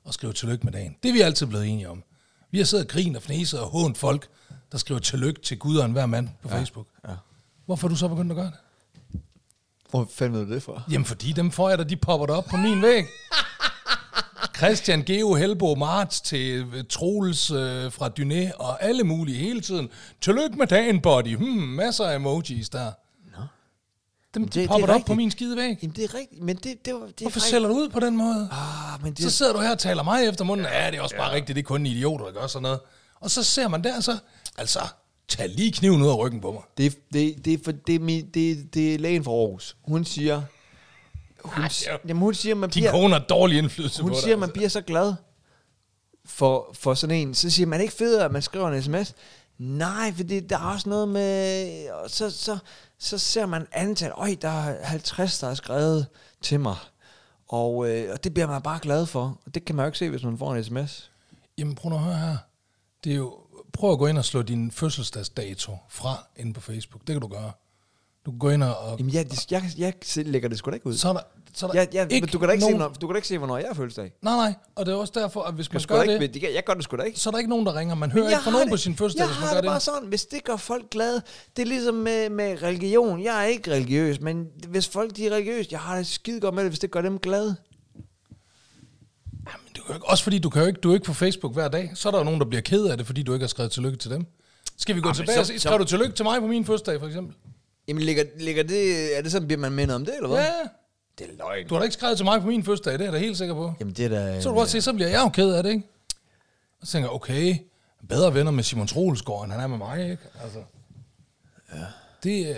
Speaker 1: og skriver tillykke med dagen. Det er vi altid blevet enige om. Vi har siddet og grinet og fnæset og hånt folk, der skriver tillykke til Gud og enhver mand på ja, Facebook.
Speaker 2: ja.
Speaker 1: Hvorfor er du så begyndt at gøre det?
Speaker 2: Hvor fanden ved du det fra?
Speaker 1: Jamen fordi dem får jeg da, de popper dig op på min væg. Christian Geo Helbo Marts til øh, Troels øh, fra Dyné og alle mulige hele tiden. Tillykke med dagen, buddy. Hmm, masser af emojis der. Dem
Speaker 2: det- det
Speaker 1: det,
Speaker 2: er
Speaker 1: popper det op på
Speaker 2: rigtigt.
Speaker 1: min skide væg.
Speaker 2: Jamen, det er rigtigt, men det, det var... Det er
Speaker 1: Hvorfor
Speaker 2: faktisk-
Speaker 1: sælger du ud på den måde?
Speaker 2: Ah, men det,
Speaker 1: Så sidder du her og taler mig efter munden. Ja, det er også bare rigtigt, det er kun idioter, der gør sådan noget. Og så ser man der så, altså, tag lige kniven ud af ryggen på mig.
Speaker 2: det, det, det, er for, det, er min, det, det er lægen fra Aarhus. Hun siger... Hun,
Speaker 1: Ej,
Speaker 2: s-
Speaker 1: det er jo-
Speaker 2: jamen, hun siger, man
Speaker 1: Din
Speaker 2: bliver,
Speaker 1: kone har dårlig indflydelse
Speaker 2: hun
Speaker 1: på
Speaker 2: siger,
Speaker 1: dig.
Speaker 2: man bliver så glad for, for sådan en. Så siger man, "Er det ikke federe, at man skriver en sms? Nej, for det, der er også noget med... Og så, så, så ser man antal. Øj, der er 50, der er skrevet til mig. Og, øh, og det bliver man bare glad for. Og det kan man jo ikke se, hvis man får en sms.
Speaker 1: Jamen prøv nu at høre her. Det er jo, prøv at gå ind og slå din fødselsdagsdato fra inde på Facebook. Det kan du gøre. Du kan gå ind og... og
Speaker 2: Jamen, jeg, det, jeg, jeg lægger det sgu da ikke ud.
Speaker 1: så er der, så er der
Speaker 2: jeg, jeg,
Speaker 1: ikke
Speaker 2: men du kan da ikke,
Speaker 1: nogen,
Speaker 2: se, når, du kan da ikke se, hvornår jeg har fødselsdag.
Speaker 1: Nej, nej. Og det er også derfor, at hvis
Speaker 2: Man
Speaker 1: man
Speaker 2: skal
Speaker 1: gør
Speaker 2: ikke,
Speaker 1: det,
Speaker 2: det. Jeg, jeg gør det sgu da ikke.
Speaker 1: så er der ikke nogen, der ringer. Man hører
Speaker 2: Jeg
Speaker 1: ikke fra
Speaker 2: har
Speaker 1: nogen
Speaker 2: det-
Speaker 1: på sin fødselsdag,
Speaker 2: Jeg
Speaker 1: hvis man
Speaker 2: har
Speaker 1: gør
Speaker 2: det
Speaker 1: det.
Speaker 2: bare sådan, hvis det gør folk glade. Det er ligesom med, med religion. Jeg er ikke religiøs, men hvis folk de er religiøse, jeg har det skide godt med det, hvis det gør dem glade.
Speaker 1: Jamen, du kan jo ikke, også fordi du, kan jo ikke, du er ikke på Facebook hver dag. Så er der jo nogen, der bliver ked af det, fordi du ikke har skrevet tillykke til dem. Skal vi gå tilbage?
Speaker 2: så-
Speaker 1: Så, Skrev du tillykke til mig på min fødselsdag, for eksempel?
Speaker 2: Jamen, ligger, ligger det, er det sådan, bliver man mindet om det, eller hvad?
Speaker 1: Ja, ja.
Speaker 2: Det er løgn.
Speaker 1: Du har da ikke skrevet til mig på min fødselsdag, det er jeg da helt sikker på.
Speaker 2: Jamen, det er da... øh,
Speaker 1: Så kan du godt se, så bliver jeg jo ked af det, ikke? Og så tænker jeg, okay, bedre venner med Simon Troelsgaard, end han er med mig, ikke? Altså, det, øh,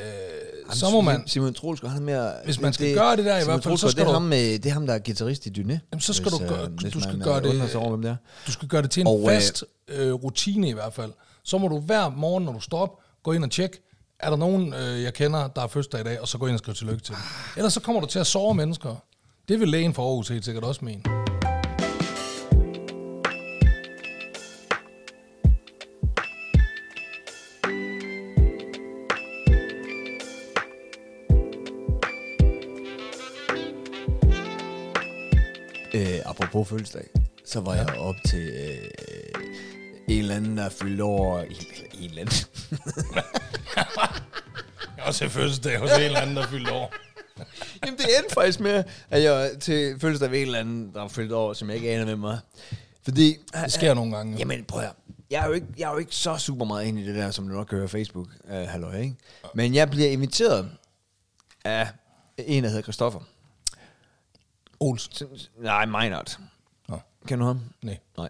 Speaker 1: så må man,
Speaker 2: Simon Troelsgaard, han er mere...
Speaker 1: Hvis man skal gøre det der i
Speaker 2: Simon
Speaker 1: hvert fald, så
Speaker 2: Troelsgaard,
Speaker 1: skal
Speaker 2: det
Speaker 1: du-
Speaker 2: er ham, øh, det er ham, der er guitarist i Dyne.
Speaker 1: Jamen, så skal du gøre-
Speaker 2: hvis
Speaker 1: du skal
Speaker 2: man, øh,
Speaker 1: gøre det-
Speaker 2: undrer sig over, hvem det er.
Speaker 1: du skal gøre det til en
Speaker 2: Og, øh,
Speaker 1: og, fast øh, rutine i hvert fald. Så må du hver morgen, når du står op, gå ind og tjekke, er der nogen, øh, jeg kender, der er fødselsdag i dag, og så gå ind og skrive tillykke til dem. Ellers så kommer du til at såre mennesker. Det vil lægen for Aarhus helt sikkert også mene.
Speaker 2: Øh, apropos fødselsdag, så var ja. jeg op til øh, en eller anden, der fyldte over... En, en eller anden.
Speaker 1: Jeg har også fødselsdag hos en eller anden, der fyldte over.
Speaker 2: Jamen, det endte faktisk med, at jeg til fødselsdag ved en eller anden, der fyldte over, som jeg ikke aner med mig. Fordi...
Speaker 1: Det sker nogle gange. Jamen.
Speaker 2: Jamen, prøv at høre. jeg er, jo ikke, jeg er jo ikke så super meget inde i det der, som du nok kan høre Facebook. Uh, halløj, ikke? Men jeg bliver inviteret af en, der hedder Christoffer.
Speaker 1: Olsen.
Speaker 2: Sådan- Nej, Meinert.
Speaker 1: Nå,
Speaker 2: Kender du ham?
Speaker 1: nej.
Speaker 2: Nej.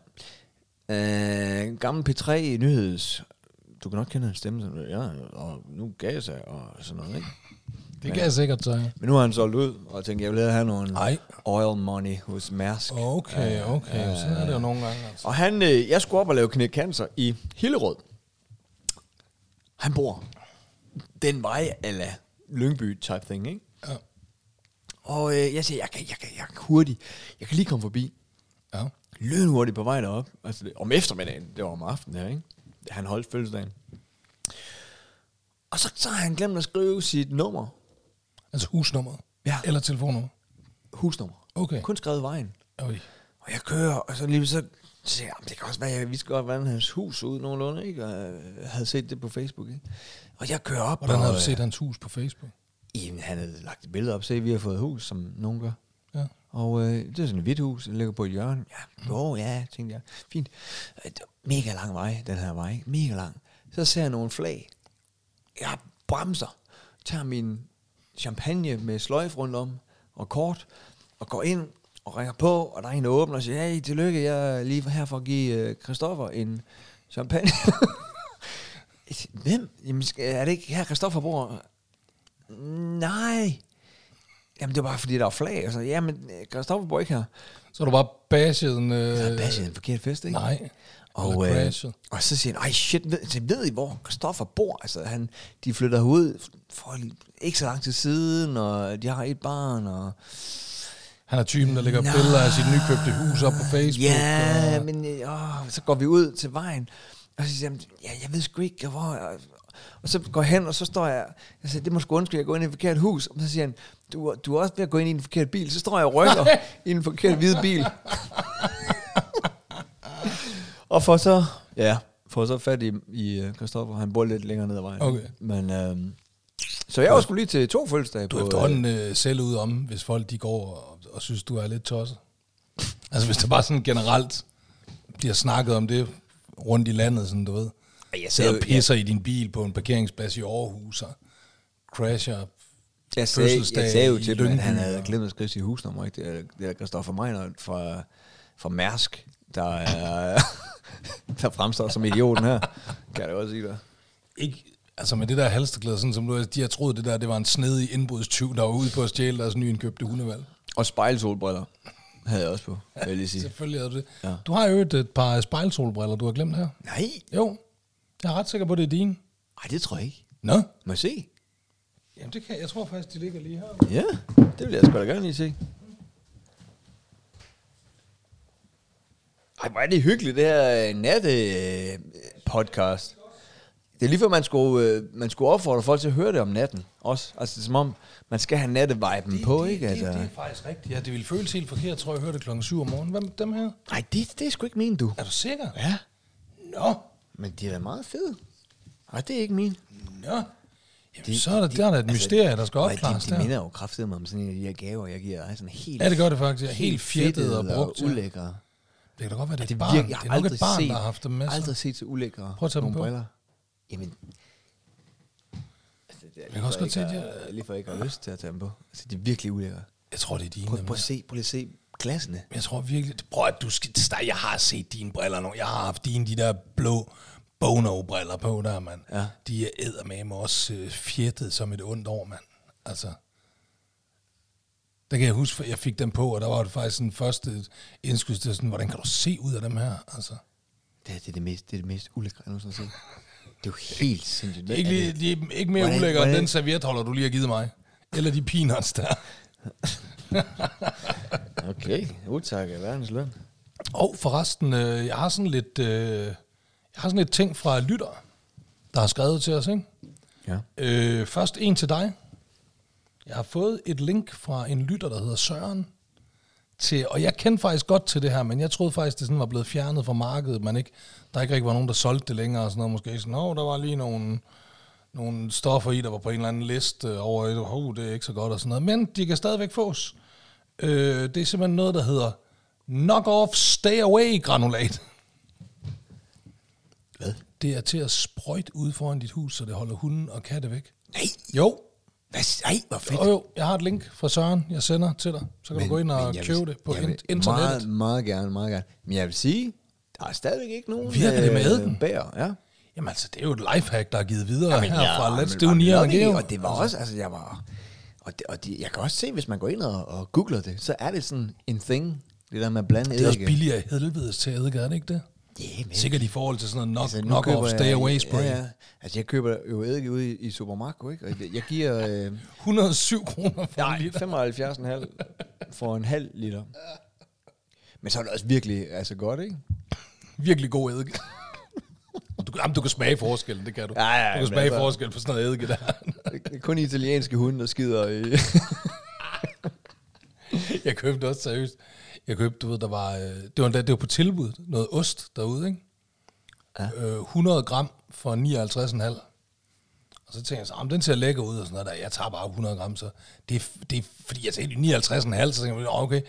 Speaker 2: Øh, gammel P3 nyheds... Du kan nok kende hans stemme, som ja, og nu Gaza og sådan noget, ikke?
Speaker 1: Det kan jeg sikkert sige.
Speaker 2: Men nu har han solgt ud, og tænkte, jeg vil hellere have nogle
Speaker 1: Ej.
Speaker 2: oil money hos Mærsk.
Speaker 1: Okay, okay. Sådan er det jo nogle gange. Altså.
Speaker 2: Og han, øh, jeg skulle op og lave knæk cancer i Hillerød. Han bor den vej, ala Lyngby type thing, ikke?
Speaker 1: Ja.
Speaker 2: Og øh, jeg siger, jeg kan, jeg kan, jeg kan hurtigt, jeg kan lige komme forbi.
Speaker 1: ja.
Speaker 2: lynhurtigt på vej derop. Altså, det, om eftermiddagen, det var om aftenen her, ikke? Han holdt fødselsdagen. Og så, så har han glemt at skrive sit nummer,
Speaker 1: Altså husnummeret.
Speaker 2: Ja.
Speaker 1: Eller telefonnummer.
Speaker 2: husnummer.
Speaker 1: Okay.
Speaker 2: Kun skrevet vejen.
Speaker 1: Øj. Og
Speaker 2: Jeg kører, og så lige så så siger jeg, "Jamen, det kan også være, jeg vidste godt, hvordan hans hus så ud nogenlunde, ikke? Og jeg havde set det på Facebook, ikke? Og jeg kører op,
Speaker 1: Hvordan
Speaker 2: og,
Speaker 1: har du
Speaker 2: øh,
Speaker 1: set hans hus på Facebook?
Speaker 2: Jamen, han havde lagt et billede op, se, vi har fået hus, som nogen gør.
Speaker 1: Ja.
Speaker 2: Og øh, det er sådan et hvidt hus, det ligger på et hjørne. Ja, jo, ja, tænkte jeg. Fint. Øh, det var Mega lang vej, den her vej. ikke? Mega lang. Så ser jeg nogle flag. Jeg bremser. Tager min champagne med sløjf rundt om og kort. Og går ind og ringer på, og der er en, der åbner og siger, hey, tillykke, jeg er lige her for at give øh, Christoffer en champagne. Hvem? Jamen, skal- er det ikke her, Christoffer bor? Nej. Jamen, det var bare, fordi der var flag. Og så, jamen, øh, Christoffer bor ikke her.
Speaker 1: Så har du bare bashed en... Øh,
Speaker 2: Øh, Bastian en forkert fest, ikke?
Speaker 1: nej.
Speaker 2: Og,
Speaker 1: Eller
Speaker 2: øh,
Speaker 1: crashet.
Speaker 2: og så siger han, ej shit, ved, så ved I, hvor Christoffer bor? Altså, han, de flytter ud for ikke så lang tid siden, og de har et barn, og...
Speaker 1: Han er typen, der lægger billeder af sit nykøbte hus op på Facebook.
Speaker 2: Ja,
Speaker 1: og,
Speaker 2: men øh, åh, så går vi ud til vejen, og så siger han, ja, jeg ved sgu ikke, hvor... Og, og så går jeg hen, og så står jeg, jeg siger, det må sgu undskylde, jeg går ind i et forkert hus. Og så siger han, du, du er også ved at gå ind i en forkert bil. Så står jeg og rykker i en forkert hvide bil. og får så, ja, får så fat i, i øh, Christoffer, han bor lidt længere ned ad vejen.
Speaker 1: Okay.
Speaker 2: Men, øh, så jeg var sgu lige til to fødselsdage
Speaker 1: du
Speaker 2: på...
Speaker 1: er efterhånden øh, selv ude om, hvis folk de går og, og synes, du er lidt tosset. Altså hvis der bare sådan generelt bliver snakket om det rundt i landet, sådan du ved.
Speaker 2: Jeg
Speaker 1: Sidder og pisser i din bil på en parkeringsplads i Aarhus og crasher.
Speaker 2: Jeg sagde, jeg
Speaker 1: fødselsdag
Speaker 2: sagde jo
Speaker 1: i
Speaker 2: til dem, at
Speaker 1: Lyngby,
Speaker 2: han havde
Speaker 1: og-
Speaker 2: glemt at skrive sit husnummer. Ikke? Det er, det er Christoffer Meiner fra, fra Mærsk, der, er, der fremstår som idioten her. Kan jeg da godt sige dig.
Speaker 1: Ikke, altså med det der halsterklæde, sådan som du ved, de har troet det der, det var en snedig indbrudstyv, der var ude på at stjæle deres nyindkøbte hundevalg.
Speaker 2: Og spejlsolbriller havde jeg også på, vil jeg lige sige.
Speaker 1: Selvfølgelig er det det.
Speaker 2: Ja.
Speaker 1: Ja. Du har jo et, et par spejlsolbriller, du har glemt her.
Speaker 2: Nej,
Speaker 1: Jo, jeg er ret sikker på, det er dine.
Speaker 2: Ej, det tror jeg ikke.
Speaker 1: Nå?
Speaker 2: Må jeg se?
Speaker 1: Jamen det kan jeg. tror faktisk, de ligger lige her.
Speaker 2: Ja, det vil jeg sgu da gerne lige se. Ej, hvor er det hyggeligt, det her øh, natte øh, podcast. Det er lige før, man skulle, øh, man skulle opfordre folk til at høre det om natten også. Altså, det er som om, man skal have natteviben på, ikke?
Speaker 1: Det,
Speaker 2: Altså.
Speaker 1: det, det, er faktisk rigtigt. Ja, det ville føles helt forkert, tror jeg, jeg hørte klokken 7 om morgenen. Hvem dem her?
Speaker 2: Nej, det, det er sgu ikke min, du.
Speaker 1: Er du sikker?
Speaker 2: Ja.
Speaker 1: Nå,
Speaker 2: Men de er da meget fede. Nej, det er ikke min.
Speaker 1: nå. Jamen, de, så er der, de, der, er der et mysterie, der skal
Speaker 2: altså, nej,
Speaker 1: opklares
Speaker 2: de, de
Speaker 1: der.
Speaker 2: minder jo kraftedeme om sådan en af de her gaver, jeg giver dig. Sådan helt,
Speaker 1: Ja, det gør det faktisk. Jeg er helt fedtede og
Speaker 2: fedtede
Speaker 1: brugt. ja.
Speaker 2: ulækre.
Speaker 1: Det kan da godt være, det er
Speaker 2: Det
Speaker 1: et
Speaker 2: er
Speaker 1: barn.
Speaker 2: virkelig,
Speaker 1: Det
Speaker 2: jeg
Speaker 1: er
Speaker 2: har
Speaker 1: nok et
Speaker 2: aldrig
Speaker 1: barn,
Speaker 2: set,
Speaker 1: der har haft dem med sig.
Speaker 2: aldrig set så ulækre
Speaker 1: Prøv at tage dem
Speaker 2: nogle
Speaker 1: på.
Speaker 2: briller. Jamen, altså, det er lige
Speaker 1: kan
Speaker 2: for
Speaker 1: også godt
Speaker 2: ikke
Speaker 1: se,
Speaker 2: at-
Speaker 1: at
Speaker 2: Lige for ikke at have lyst til at tage dem på. Altså, de er virkelig ulækre.
Speaker 1: Jeg tror, det er dine.
Speaker 2: Prøv,
Speaker 1: dem
Speaker 2: prøv,
Speaker 1: her.
Speaker 2: at se, prøv lige at se glassene.
Speaker 1: Jeg tror virkelig... Prøv at du skal... Nej, jeg har set dine briller nu. Jeg har haft dine, de der blå Bono-briller på der, mand.
Speaker 2: Ja.
Speaker 1: De er eddermame også øh, fjettet som et ondt år, mand. Altså... Der kan jeg huske, at jeg fik dem på, og der var det faktisk den første indskud til sådan, hvordan kan du se ud af dem her? Altså,
Speaker 2: Det, her, det, er det, mest, det er det mest ulækre, jeg nogensinde har set. Det er jo helt sindssygt.
Speaker 1: det er ikke, lige, de er ikke mere
Speaker 2: Hvordan-
Speaker 1: ulækkere end
Speaker 2: hvordan-
Speaker 1: den servietholder, du lige har givet mig. Eller de peanuts der.
Speaker 2: Okay, utak af verdens løn.
Speaker 1: Og forresten, øh, jeg har sådan lidt, øh, jeg har sådan lidt ting fra lyttere, der har skrevet til os, ikke?
Speaker 2: Ja.
Speaker 1: Øh, først en til dig. Jeg har fået et link fra en lytter, der hedder Søren. Til, og jeg kendte faktisk godt til det her, men jeg troede faktisk, det sådan var blevet fjernet fra markedet. Man ikke, der ikke rigtig var nogen, der solgte det længere. Og sådan noget. Måske sådan, "Nå, der var lige nogle, nogle stoffer i, der var på en eller anden liste over, et, oh, det er ikke så godt og sådan noget. Men de kan stadigvæk fås. Øh, det er simpelthen noget, der hedder knock-off stay away granulat.
Speaker 2: Hvad?
Speaker 1: Det er til at sprøjte ud foran dit hus, så det holder hunden og katte væk.
Speaker 2: Nej,
Speaker 1: Jo,
Speaker 2: hvad? Ej, hvor fedt.
Speaker 1: Jo, jo, jeg har et link fra Søren, jeg sender til dig. Så kan men, du gå ind og
Speaker 2: jeg vil-
Speaker 1: købe det på
Speaker 2: jeg vil
Speaker 1: int- internettet.
Speaker 2: Meget, meget gerne, meget gerne. Men jeg vil sige, der er stadigvæk ikke nogen øh,
Speaker 1: Virker det med æden?
Speaker 2: bær. Ja.
Speaker 1: Jamen altså, det er jo et lifehack, der er givet videre Jamen, her fra
Speaker 2: men
Speaker 1: Let's
Speaker 2: var
Speaker 1: Do Near
Speaker 2: lukket
Speaker 1: and Geo.
Speaker 2: i, Og det var også, altså jeg var... Og, det, og det, jeg kan også se, hvis man går ind og, og googler det, så er det sådan en thing, det der med at blande
Speaker 1: det er også
Speaker 2: eddike.
Speaker 1: billigere i helvedes til at er det ikke det?
Speaker 2: Ja, men- altså,
Speaker 1: Sikkert i forhold til sådan noget knock,
Speaker 2: nu
Speaker 1: knock
Speaker 2: køber
Speaker 1: off,
Speaker 2: jeg-
Speaker 1: stay away spray.
Speaker 2: Ja, ja. Altså jeg køber jo eddike ude i, i Supermarco, ikke? Og det- jeg giver... Øh,
Speaker 1: 107 kroner for en liter.
Speaker 2: 75,5 for en halv liter. Men så er det også virkelig altså godt, ikke?
Speaker 1: Virkelig god eddike. Du, jamen, du kan smage forskellen, det kan du.
Speaker 2: Ja, ja,
Speaker 1: du
Speaker 2: men
Speaker 1: kan smage
Speaker 2: altså-
Speaker 1: forskel på sådan noget eddike der.
Speaker 2: Det er kun italienske hunde, der skider i...
Speaker 1: Jeg købte også seriøst. Jeg købte, du ved, der var, øh, det var, endda- det var på tilbud, noget ost derude, ikke? Ja. Øh, 100 gram for 59,5. Og så tænkte jeg så, "Ah, men den ser lækker ud og sådan noget der. Jeg tager bare 100 gram, så det er, f- det er fordi jeg tænkte 59,5, så tænkte jeg, "Nå, okay,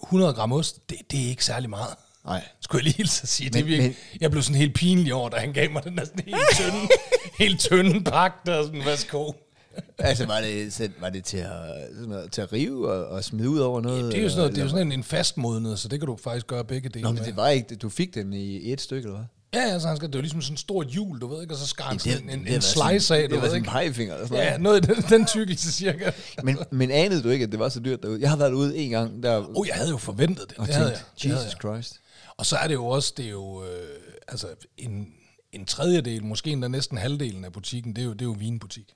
Speaker 1: 100 gram ost, det, det er ikke særlig meget.
Speaker 2: Nej.
Speaker 1: Skulle jeg lige hilse at sige. det er
Speaker 2: Men-
Speaker 1: virkelig, jeg blev sådan helt pinlig over, da han gav mig den der sådan helt tynde, helt tynde pakke, der sådan, værsgo.
Speaker 2: altså, var det, så var det til, at, sådan noget, til at rive og, og smide ud over noget?
Speaker 1: Det er jo sådan, noget, det er jo
Speaker 2: eller-
Speaker 1: sådan en, en fastmodnet, så det kan du faktisk gøre begge dele
Speaker 2: Nå,
Speaker 1: med.
Speaker 2: men det var ikke, du fik den i et stykke, eller hvad?
Speaker 1: Ja, ja, så han skal, det er jo ligesom sådan et stort hjul, du ved ikke, og så skar han
Speaker 2: Det-
Speaker 1: sådan en, en,
Speaker 2: det var
Speaker 1: en
Speaker 2: sådan-
Speaker 1: slice af, du
Speaker 2: Det
Speaker 1: ved
Speaker 2: var sådan en
Speaker 1: ikke.
Speaker 2: pegefinger eller sådan
Speaker 1: Ja,
Speaker 2: noget.
Speaker 1: noget i den, den tykkelse cirka.
Speaker 2: Men, men anede du ikke, at det var så dyrt derude? Jeg har været ude en gang der
Speaker 1: Åh, oh, jeg havde jo forventet det,
Speaker 2: og
Speaker 1: det havde jeg.
Speaker 2: tænkt,
Speaker 1: Det havde
Speaker 2: Jesus
Speaker 1: jeg.
Speaker 2: Christ.
Speaker 1: Og så er det jo også, det er jo, øh, altså en, en tredjedel, måske endda næsten halvdelen af butikken, det er jo, det er jo vinbutik.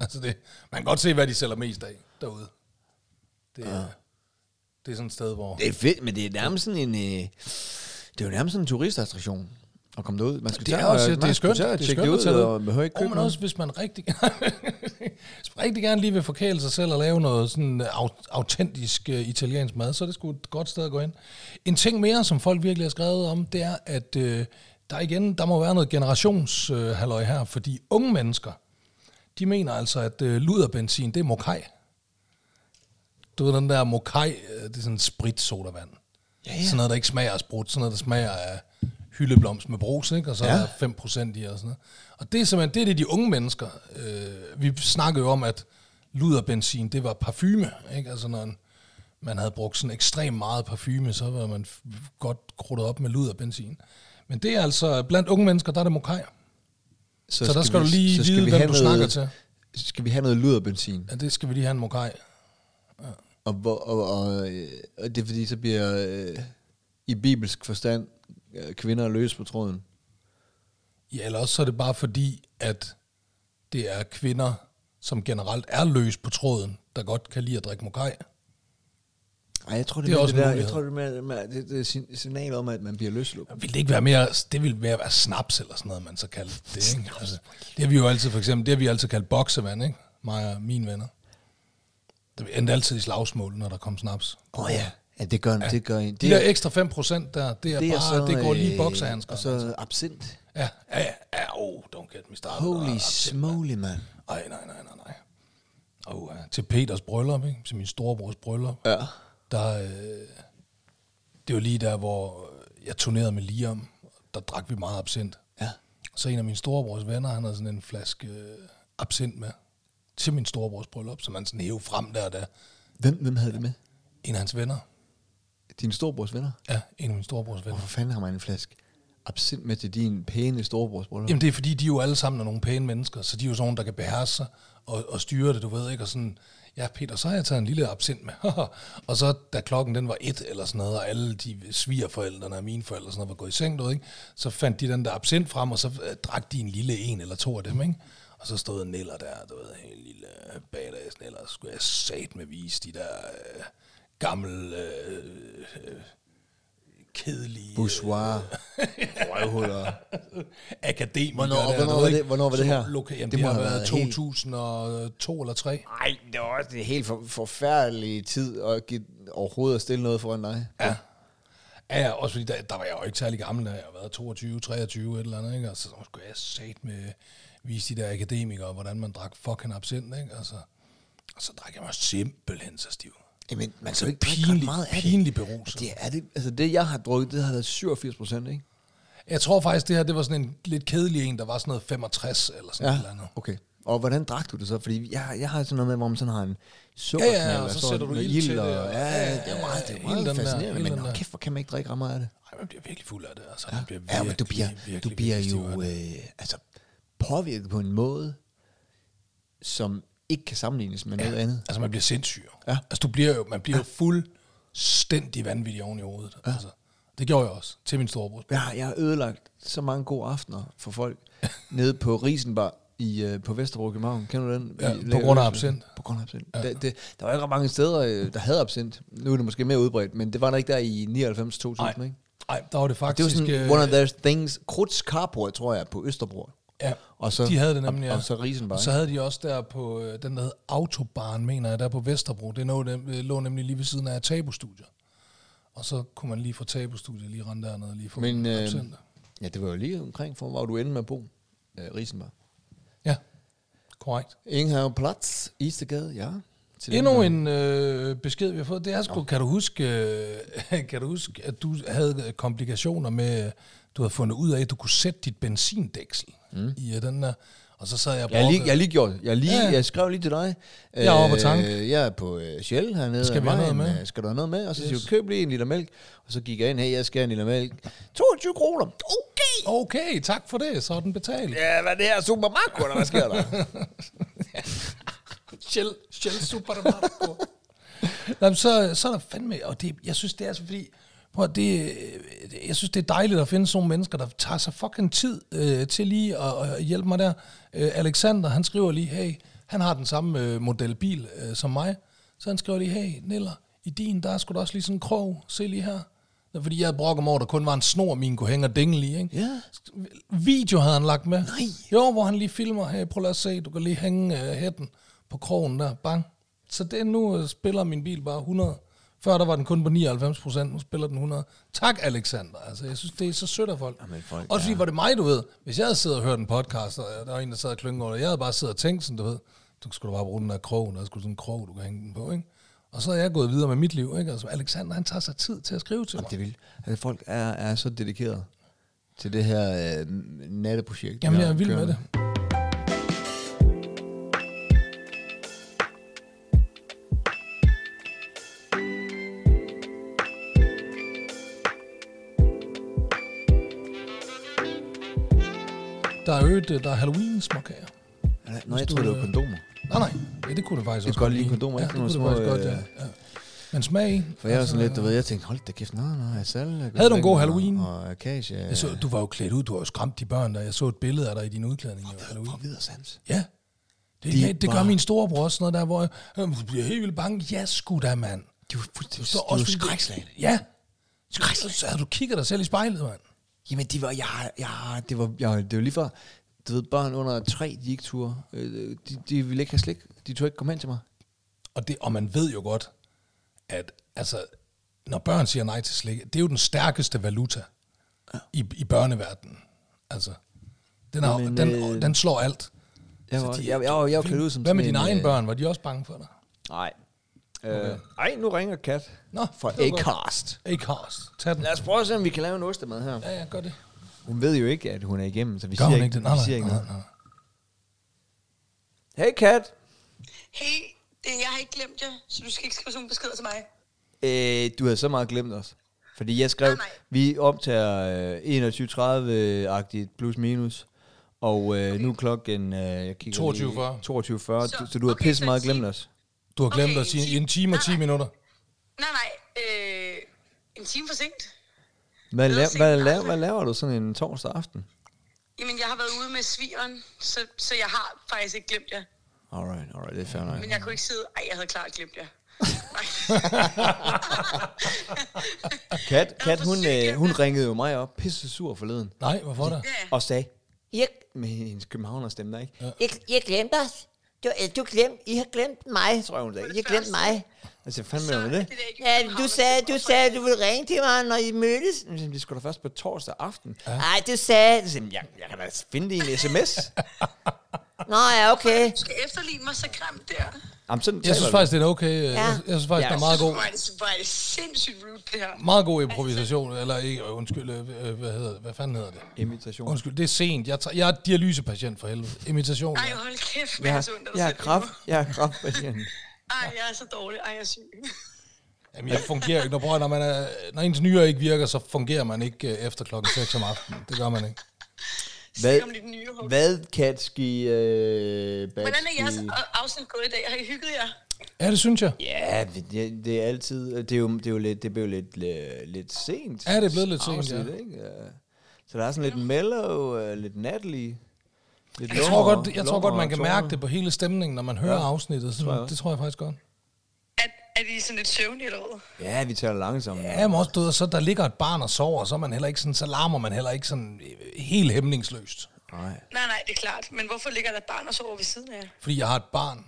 Speaker 1: Altså det, man kan godt se, hvad de sælger mest af derude. Det er, det er sådan et sted, hvor...
Speaker 2: Det er fedt, men det er nærmest sådan en... Øh, det er jo nærmest sådan en turistattraktion at komme derud. Man skal
Speaker 1: Det er
Speaker 2: tage
Speaker 1: også,
Speaker 2: og-
Speaker 1: ja,
Speaker 2: man
Speaker 1: det er skønt.
Speaker 2: skal tage
Speaker 1: Det
Speaker 2: og
Speaker 1: er
Speaker 2: tjekke
Speaker 1: skønt
Speaker 2: det
Speaker 1: at
Speaker 2: ud,
Speaker 1: tage
Speaker 2: og man hører ikke
Speaker 1: oh,
Speaker 2: købe
Speaker 1: men
Speaker 2: noget.
Speaker 1: også, hvis man rigtig, hvis man rigtig gerne lige vil forkæle sig selv og lave noget sådan øh, au- autentisk øh, italiensk mad, så er det sgu et godt sted at gå hen. En ting mere, som folk virkelig har skrevet om, det er, at øh, der igen, der må være noget generationshalløj øh, halløj her, fordi unge mennesker, de mener altså, at øh, luderbenzin, det er mokai. Du ved den der mokai, øh, det er sådan en spritsodavand. Ja, ja. Sådan noget, der ikke smager af sprut, sådan noget, der smager af hyldeblomst med brus, ikke? og så ja. er
Speaker 2: Ja.
Speaker 1: der 5% i og sådan noget. Og det er simpelthen, det er det, de unge mennesker, øh, vi snakkede jo om, at luderbenzin, det var parfume, ikke? Altså når en, man havde brugt sådan ekstremt meget parfume, så var man f- godt krudtet op med luderbenzin. Men det er altså, blandt unge mennesker, der er det mokajer. Så, så der skal
Speaker 2: vi-
Speaker 1: du lige
Speaker 2: så skal
Speaker 1: vide,
Speaker 2: vi
Speaker 1: hvem du
Speaker 2: have
Speaker 1: snakker
Speaker 2: noget,
Speaker 1: til.
Speaker 2: Skal vi have noget luderbenzin?
Speaker 1: Ja, det skal vi lige have en mokaj.
Speaker 2: Og, hvor, og, og, øh, og det er fordi, så bliver øh, i bibelsk forstand øh, kvinder løs på tråden.
Speaker 1: Ja, eller også så er det bare fordi, at det er kvinder, som generelt er løs på tråden, der godt kan lide at drikke mokai.
Speaker 2: Ej, jeg tror, det,
Speaker 1: Det er
Speaker 2: er mere
Speaker 1: også
Speaker 2: det,
Speaker 1: en
Speaker 2: der, jeg
Speaker 1: mulighed.
Speaker 2: tror, det er mere, mere det, det er sin- signal om, at man bliver løsluppet.
Speaker 1: Vil det ikke være mere, det vil mere være snaps eller sådan noget, man så kalder det, ikke? Altså, det har vi jo altid, for eksempel, det har vi altid kaldt boksevand, ikke? Mig og mine venner. Det endte altid i slagsmål, når der kom snaps.
Speaker 2: Åh oh, ja. ja, det gør, ja. det gør en.
Speaker 1: De
Speaker 2: Det,
Speaker 1: der
Speaker 2: er-
Speaker 1: ekstra 5% der, det er, det er bare, det går
Speaker 2: øh,
Speaker 1: lige i boksehandsker.
Speaker 2: Og så absint.
Speaker 1: Ja, ja, ja, ja, oh, don't get me started.
Speaker 2: Holy
Speaker 1: Ah,
Speaker 2: smoly, mand.
Speaker 1: Ej, nej, nej, nej, nej. Og uh, til Peters bryllup, ikke? til min storebrors bryllup,
Speaker 2: Ja.
Speaker 1: der, øh, det var lige der, hvor jeg turnerede med Liam, der drak vi meget absint.
Speaker 2: Ja.
Speaker 1: Så en af mine storebrors venner, han havde sådan en flaske øh, absint med til min storebrors bryllup, som han sådan hævde frem der, der.
Speaker 2: Hvem, hvem havde det med?
Speaker 1: En af hans venner,
Speaker 2: Din storbrors venner?
Speaker 1: ja, en af mine storebrors venner.
Speaker 2: Hvorfor fanden har man en flaske absint med til din pæne storebrors bryllup?
Speaker 1: Jamen det er fordi, de er jo alle sammen er nogle pæne mennesker, så de er jo sådan nogle, der kan beherske sig og, og styre det, du ved ikke, og sådan, ja Peter, så har jeg taget en lille absint med, og så da klokken den var et eller sådan noget, og alle de svigerforældrene og mine forældre og sådan noget, var gået i seng, du ved ikke, så fandt de den der absint frem, og så øh, drak de en lille en eller to af dem, ikke? Og så stod Neller der, du ved, en lille badass Neller, skulle jeg sat med vise de der øh, gamle, øh, øh, kedelige...
Speaker 2: Bourgeois. Røvhuller.
Speaker 1: akademikere.
Speaker 2: Hvornår-
Speaker 1: der, du
Speaker 2: hvornår var
Speaker 1: ved
Speaker 2: det-
Speaker 1: ikke?
Speaker 2: hvornår var det
Speaker 1: Så
Speaker 2: her?
Speaker 1: Loka- jamen,
Speaker 2: Det
Speaker 1: det,
Speaker 2: må
Speaker 1: har
Speaker 2: have
Speaker 1: været
Speaker 2: været helt-
Speaker 1: 2002 eller 3.
Speaker 2: Nej, det var også en helt for, forfærdelig tid at give, overhovedet at stille noget foran dig.
Speaker 1: Ja. Ja, ja, også fordi der, der var jeg jo ikke særlig gammel, da jeg har været 22, 23, et eller andet, ikke? Altså, så skulle jeg sat med vise de der akademikere, hvordan man drak fucking absint, ikke? Altså, og så drak jeg mig simpelthen så stiv.
Speaker 2: Jamen, man
Speaker 1: Altså,
Speaker 2: kan jo ikke drikke ret
Speaker 1: pinlig-
Speaker 2: meget af det.
Speaker 1: pinlig beruset.
Speaker 2: Det er det. Altså, det jeg har drukket, det har været 87 procent, ikke?
Speaker 1: Jeg tror faktisk, det her, det var sådan en lidt kedelig en, der var sådan noget 65 eller sådan ja. et eller andet.
Speaker 2: okay. Og hvordan drak du det så? Fordi jeg, jeg har sådan noget med, hvor man sådan har en
Speaker 1: Ja,
Speaker 2: sukkerknald,
Speaker 1: ja, og så sætter du
Speaker 2: noget
Speaker 1: ild til det,
Speaker 2: og,
Speaker 1: og-
Speaker 2: ja, ja, det er meget, det er
Speaker 1: hele
Speaker 2: meget
Speaker 1: den der-
Speaker 2: fascinerende,
Speaker 1: hele
Speaker 2: men
Speaker 1: den
Speaker 2: nå,
Speaker 1: der.
Speaker 2: kæft, hvor kan man ikke drikke ret meget af det?
Speaker 1: Ej, man bliver virkelig fuld af det, altså. Ja, man bliver
Speaker 2: Ja, men du bliver,
Speaker 1: virkelig,
Speaker 2: du bliver
Speaker 1: virkelig stiv af
Speaker 2: jo
Speaker 1: det.
Speaker 2: øh, altså, påvirket på en måde, som ikke kan sammenlignes med noget andet.
Speaker 1: Altså, man bliver sindssyg. jo.
Speaker 2: Ja.
Speaker 1: Altså, du bliver jo, man bliver ja. fuldstændig vanvittig oven i hovedet. Ja. Altså, det gjorde jeg også til min storebror.
Speaker 2: Jeg har, jeg har ødelagt så mange gode aftener for folk nede på Risenbar i, øh, på Vesterbro i København. Kender du den?
Speaker 1: Ja,
Speaker 2: I
Speaker 1: på
Speaker 2: Lækker
Speaker 1: grund af
Speaker 2: Øl, sådan.
Speaker 1: absint.
Speaker 2: På grund af absint. Ja. Der, det, der var ikke ret mange steder, øh, der havde absint. Nu er det måske mere udbredt, men det var der ikke der i 99-2000, ikke?
Speaker 1: Nej, der var det
Speaker 2: Det var
Speaker 1: faktisk...
Speaker 2: sådan
Speaker 1: øh,
Speaker 2: one of those things. Kruts Carport, tror jeg, på Østerbro.
Speaker 1: ja,
Speaker 2: Og så,
Speaker 1: de havde det nemlig,
Speaker 2: og, og så Risenbar.
Speaker 1: Og så havde de også der på øh, den, der hed Autobahn, mener jeg, der på Vesterbro. Det lå, nem- øh, lå nemlig lige ved siden af Tabustudiet. Og så kunne man lige fra Tabustudiet lige rende dernede og lige få
Speaker 2: Men øh,
Speaker 1: absint.
Speaker 2: ja, det var jo lige omkring, for, hvor du endte med at bo. Øh, Risenbar.
Speaker 1: Ja, korrekt.
Speaker 2: Ingen har jo plads. Istegade, ja. Til dem,
Speaker 1: Endnu
Speaker 2: der-
Speaker 1: en øh, besked, vi har fået, det er sgu, kan du, huske, øh, kan du huske, at du havde øh, komplikationer med, øh, du havde fundet ud af, at du kunne sætte dit benzindæksel mm. i øh, den der, og så sad jeg og
Speaker 2: Jeg har lige, jeg
Speaker 1: brokkede.
Speaker 2: har lige gjort det. jeg, har lige,
Speaker 1: Ja.
Speaker 2: ja. jeg skrev lige til dig.
Speaker 1: Jeg er oppe at tanke.
Speaker 2: Øh, jeg er på øh, Shell hernede.
Speaker 1: Skal
Speaker 2: ad
Speaker 1: vi have noget
Speaker 2: vejen.
Speaker 1: med?
Speaker 2: Øh, Skal du have noget med? Og så yes. siger
Speaker 1: Yes.
Speaker 2: du, køb lige en liter mælk. Og så gik jeg ind, hey, jeg skal have en liter mælk. 22 kroner. Okay.
Speaker 1: Okay, tak for det, så er den betalt.
Speaker 2: Ja, hvad er det her? Supermarked, eller hvad sker der?
Speaker 1: Shell, Shell Supermarco. Jamen, så, så er der fandme, og det, jeg synes, det er så fordi, prøv, at det, øh, jeg synes, det er dejligt at finde sådan nogle mennesker, der tager sig fucking tid øh, til lige at, at hjælpe mig der. Øh, Alexander, han skriver lige, hey, han har den samme øh, modelbil øh, som mig, så han skriver lige, hey, Niller, i din, der er sgu da også lige sådan en krog, se lige her. Det er fordi, jeg havde brokket mig over, at der kun var en snor, min kunne hænge og dingle i, ikke?
Speaker 2: Ja.
Speaker 1: Video havde han lagt med. Nej. Jo, hvor han lige filmer, hey, prøv lige at se, du kan lige hænge øh, hætten på krogen der, bang. Så det nu øh, spiller min bil bare 100. Før der var den kun på 99 procent, nu spiller den 100. Tak, Alexander. Altså, jeg synes, det er så sødt af folk.
Speaker 2: Jamen, folk
Speaker 1: Også fordi, var det mig, du ved. Hvis jeg havde siddet og hørt en podcast, og der var en, der sad og klyngede over det, jeg havde bare siddet og tænkt sådan, du ved, du skulle da bare bruge den der krog, der skulle sådan en krog, du kan hænge den på, ikke? Og så er jeg gået videre med mit liv, ikke? Altså, Alexander, han tager sig tid til at skrive til
Speaker 2: Jamen,
Speaker 1: mig.
Speaker 2: det er vildt. Altså, folk er, er så dedikeret til det her øh, natteprojekt.
Speaker 1: Jamen,
Speaker 2: vi
Speaker 1: jeg er
Speaker 2: har
Speaker 1: vild med
Speaker 2: kørende.
Speaker 1: det. Der er øvrigt, øh, der er Halloween-småkager.
Speaker 2: Er der- Nå, jeg troede, det
Speaker 1: øh,
Speaker 2: var kondomer.
Speaker 1: Nej, nej. Ja, det kunne det faktisk
Speaker 2: Jeg
Speaker 1: også
Speaker 2: kan godt lide kondomer,
Speaker 1: Ja,
Speaker 2: ikke?
Speaker 1: det
Speaker 2: Sådan
Speaker 1: kunne det
Speaker 2: nogle
Speaker 1: faktisk godt,
Speaker 2: små, øh,
Speaker 1: ja. ja. Men smag i.
Speaker 2: For jeg var sådan
Speaker 1: Altså,
Speaker 2: lidt, du ved, jeg tænkte, hold da kæft, nej, nej, jeg salg. jeg
Speaker 1: Havde du en god
Speaker 2: og-
Speaker 1: Halloween?
Speaker 2: Og akasia.
Speaker 1: Jeg så, du var jo klædt ud, du har jo skræmt de børn der. Jeg så et billede af dig i din udklædning. jo, Halloween.
Speaker 2: For videre sans.
Speaker 1: Ja. Det,
Speaker 2: De
Speaker 1: det, det gør
Speaker 2: var-
Speaker 1: min storebror også, noget der, hvor jeg, jeg bliver helt vildt bange. Ja, sgu da, mand.
Speaker 2: De var fuldstændig,
Speaker 1: Så
Speaker 2: de var
Speaker 1: også-
Speaker 2: skrækslagende.
Speaker 1: Ja. Skrækslag. Så havde du kigget dig selv i spejlet, mand.
Speaker 2: Jamen, de var, jeg, jeg, det var, jeg, det var lige før, du ved, børn under tre, de ikke turde, øh, de, de ville ikke have slik, de turde ikke komme hen til mig.
Speaker 1: Og, det, og man ved jo godt, at altså, når børn siger nej til slik, det er jo den stærkeste valuta i, i børneverdenen. Altså, den, har,
Speaker 2: Jamen,
Speaker 1: den,
Speaker 2: øh,
Speaker 1: den slår alt.
Speaker 2: Jeg
Speaker 1: Så
Speaker 2: var,
Speaker 1: de-
Speaker 2: jeg, jeg, jeg, var- jeg var klædt ud som
Speaker 1: Hvad med
Speaker 2: sådan
Speaker 1: dine
Speaker 2: en,
Speaker 1: egne
Speaker 2: øh,
Speaker 1: børn? Var de også bange for dig?
Speaker 2: Nej. Okay. Øh, ej, nu ringer Kat.
Speaker 1: Nå,
Speaker 2: Fra
Speaker 1: det var godt.
Speaker 2: Acast.
Speaker 1: Ikke Horst. Tag den.
Speaker 2: Lad os prøve at se, om vi kan lave en ostemad her.
Speaker 1: Ja, ja, gør det.
Speaker 2: Hun ved jo ikke, at hun er igennem, så vi
Speaker 1: Gør
Speaker 2: siger
Speaker 1: hun ikke det? Nej,
Speaker 2: vi siger
Speaker 1: nej,
Speaker 2: ikke
Speaker 1: nej,
Speaker 2: noget.
Speaker 1: nej.
Speaker 2: Hey Kat,
Speaker 4: Hey, det, jeg har ikke glemt jer, så du skal ikke skrive sådan nogle beskeder til mig.
Speaker 2: øh, du havde så meget glemt os. Fordi jeg skrev,
Speaker 4: Nej, nej.
Speaker 2: vi optager øh, 21.30-agtigt plus minus. Og øh, nu er klokken, øh, jeg kigger
Speaker 1: 22.40.
Speaker 2: 22.40. Så,
Speaker 4: Så-
Speaker 2: så du har
Speaker 4: okay,
Speaker 2: pisse
Speaker 4: så
Speaker 2: meget
Speaker 4: ti-
Speaker 2: glemt os.
Speaker 1: Du har glemt
Speaker 4: Okay,
Speaker 1: at sige
Speaker 4: en
Speaker 1: i en time og
Speaker 4: time.
Speaker 1: 10 minutter.
Speaker 4: Nej, nej, øh, en time for sent.
Speaker 2: Hvad,
Speaker 4: Bedre
Speaker 2: la-
Speaker 4: sent
Speaker 2: hvad,
Speaker 4: end
Speaker 2: la-
Speaker 4: aldrig.
Speaker 2: hvad laver du sådan en torsdag aften?
Speaker 4: Jamen, jeg har været ude med svigeren, så, så jeg har faktisk ikke glemt jer.
Speaker 2: Alright, alright, det er fair nok.
Speaker 4: Men jeg kunne ikke sidde, ej, jeg havde klart glemt jer. Nej.
Speaker 2: Kat, Kat
Speaker 4: for
Speaker 2: hun,
Speaker 4: sygt,
Speaker 2: øh,
Speaker 4: ja.
Speaker 2: hun ringede jo mig op, pisse sur forleden.
Speaker 1: Nej, hvorfor da?
Speaker 4: Ja, ja.
Speaker 2: Og sagde, jeg, med hendes københavner stemme der, ikke?
Speaker 5: Jeg, jeg glemte os. Du, øh, du glemt, I har glemt mig.
Speaker 2: Tror jeg, hun sagde.
Speaker 5: I har glemt mig.
Speaker 2: Altså, fanden med det?
Speaker 4: der ikke-
Speaker 5: Ja, du sagde, du sagde, du ville ringe til mig, når I mødtes.
Speaker 2: Jamen, vi skulle da først på torsdag aften.
Speaker 5: Nej, du sagde... du sagde,
Speaker 2: Jamen, jeg, jeg kan da finde det i en sms.
Speaker 5: Nå ja, okay.
Speaker 4: Du skal efterligne mig så grimt der.
Speaker 2: Jamen, sådan
Speaker 1: Jeg synes
Speaker 2: taler du.
Speaker 1: faktisk, det er okay. øh,
Speaker 5: Ja.
Speaker 1: Jeg, jeg synes faktisk, der
Speaker 2: Ja.
Speaker 1: er meget god,
Speaker 4: Hvor er det, hvor er det sindssygt rude, det her.
Speaker 1: meget god improvisation. Eller ikke, øh, undskyld, øh, øh, hvad, hedder, hvad fanden hedder det?
Speaker 2: Invitation.
Speaker 1: Undskyld, det er sent. Jeg, tager, jeg er dialysepatient for helvede. Imitation.
Speaker 4: Ej, hold kæft,
Speaker 2: Jeg
Speaker 4: men jeg er så ondt
Speaker 2: har,
Speaker 4: af dig
Speaker 2: jeg har
Speaker 4: selv lige nu.
Speaker 2: kraft. Jeg har kraft, patienten.
Speaker 4: Ej, jeg er så dårlig. Ej, jeg er syg.
Speaker 1: Jamen, jeg fungerer ikke. Når, bror, når, man er, når ens nyere ikke virker, så fungerer man ikke øh, efter klokken 6 om aftenen. Det gør man ikke.
Speaker 4: Hvad? om dit nye hår.
Speaker 2: hvad Katski, øh,
Speaker 4: Hvordan er jeres afsnit gået i dag? Har I hygget jer?
Speaker 1: Ja, det synes jeg.
Speaker 2: Ja, det- det, det er altid, det er jo, det er jo lidt, det blev lidt, lidt, lidt sent.
Speaker 1: Ja, det er blevet lidt sent,
Speaker 2: afsnit,
Speaker 1: ja.
Speaker 2: Ikke? Ja. Så der er sådan lidt mellow, øh, lidt natlig. Lidt
Speaker 1: Jeg tror godt, jeg tror godt man kan mærke det på hele stemningen, når man hører afsnittet. Så
Speaker 2: jeg også.
Speaker 1: det tror jeg faktisk godt.
Speaker 4: Er, er I sådan lidt søvnige eller hvad?
Speaker 2: Ja, vi taler langsomt.
Speaker 1: Ja, men også, du ved, så der ligger et barn og sover, så, er man heller ikke sådan, så larmer man heller ikke sådan øh, helt hæmningsløst.
Speaker 2: Nej.
Speaker 4: Nej, nej, det er klart. Men hvorfor ligger der et barn og sover ved siden af jer?
Speaker 1: Fordi jeg har et barn,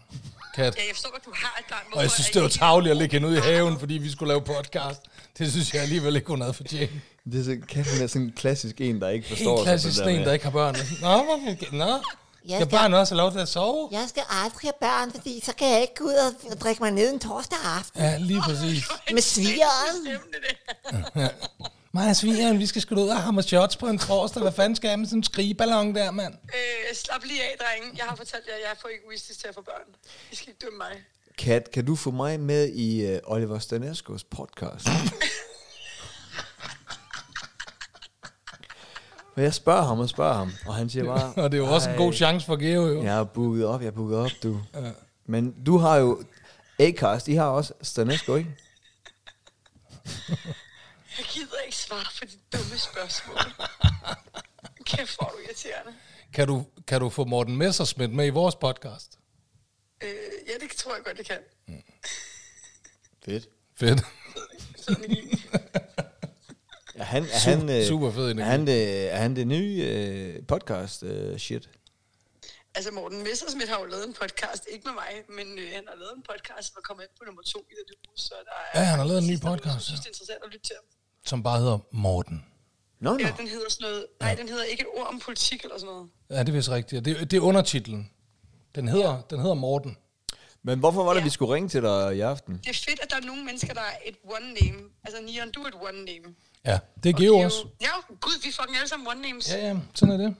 Speaker 1: Kat.
Speaker 4: Ja, jeg forstår godt, du har et barn. Hvorfor
Speaker 1: Og jeg synes,
Speaker 4: er
Speaker 1: det
Speaker 4: I
Speaker 1: var
Speaker 4: ikke-
Speaker 1: tageligt at ligge hende ude i haven, fordi vi skulle lave podcast. Det synes jeg alligevel ikke, hun havde fortjent.
Speaker 2: Det er så, Katten er sådan en klassisk en, der ikke forstår
Speaker 1: Helt klassisk
Speaker 2: sig på det
Speaker 1: en, der ikke har børn. Nå, hvorfor- nå.
Speaker 5: Jeg
Speaker 1: Skal
Speaker 5: skal-
Speaker 1: børn også have lov til at sove?
Speaker 5: Jeg skal aldrig have børn, fordi så kan jeg ikke gå ud og- og drikke mig ned en torsdag aften
Speaker 1: Ja, lige præcis.
Speaker 5: med svigeren.
Speaker 4: Stemme det der.
Speaker 1: Mig og svigeren, vi skal sgu da ud og hammer shots på en torsdag. Hvad fanden skal jeg med sådan en skrigeballon der, mand?
Speaker 4: Øh, slap lige af, drenge. Jeg har fortalt jer, at jeg får ikke wishes til at få børn. I skal ikke dømme mig.
Speaker 2: der. Kat, kan du få mig med i øh, Oliver Stanescos podcast? Men jeg spørger ham og spørger ham, og han siger bare...
Speaker 1: Og det er jo også en god chance for Geo, jo.
Speaker 2: Jeg har booket op, jeg har booket op, du. Men du har jo... Acast, I har også Stanesco, ikke?
Speaker 4: Jeg gider ikke svare på de dumme spørgsmål. Kæft, hvor er du irriterende.
Speaker 1: Kan du, kan du få Morten Messerschmidt med i vores podcast?
Speaker 4: Øh, ja, det tror jeg godt, jeg kan.
Speaker 2: Fedt.
Speaker 1: Fedt.
Speaker 4: Sådan i livet.
Speaker 2: Er han, er
Speaker 1: Super-
Speaker 2: han, øh,
Speaker 1: super fed energi.
Speaker 2: Er han, det, er han det nye øh, podcast øh, shit?
Speaker 4: Altså, Morten Messersmith har jo lavet en podcast, ikke med mig, men øh, han har lavet en podcast, og kommet ind på nummer to i det nye hus, så der er...
Speaker 1: Ja, han har lavet en ny
Speaker 4: Sidste uge,
Speaker 1: podcast,
Speaker 4: Jeg synes,
Speaker 1: ja.
Speaker 4: det er interessant at lytte til ham.
Speaker 1: Som bare hedder Morten.
Speaker 2: Nå, nå.
Speaker 4: Ja, den hedder sådan noget... Nej, den hedder ikke et ord om politik eller sådan noget.
Speaker 1: Ja, det er vist rigtigt. Og Det, det er undertitlen. Den hedder, den hedder Morten.
Speaker 2: Men hvorfor var det,
Speaker 4: Ja.
Speaker 2: vi skulle ringe til dig i aften?
Speaker 4: Det er fedt, at der er nogle mennesker, der er et one name. Altså, Nian, du er et one name.
Speaker 1: Ja, det er
Speaker 4: Og
Speaker 1: Geo
Speaker 4: Geo-
Speaker 1: også.
Speaker 4: Ja, gud, vi er fucking alle sammen one names.
Speaker 1: Ja, ja, sådan er det.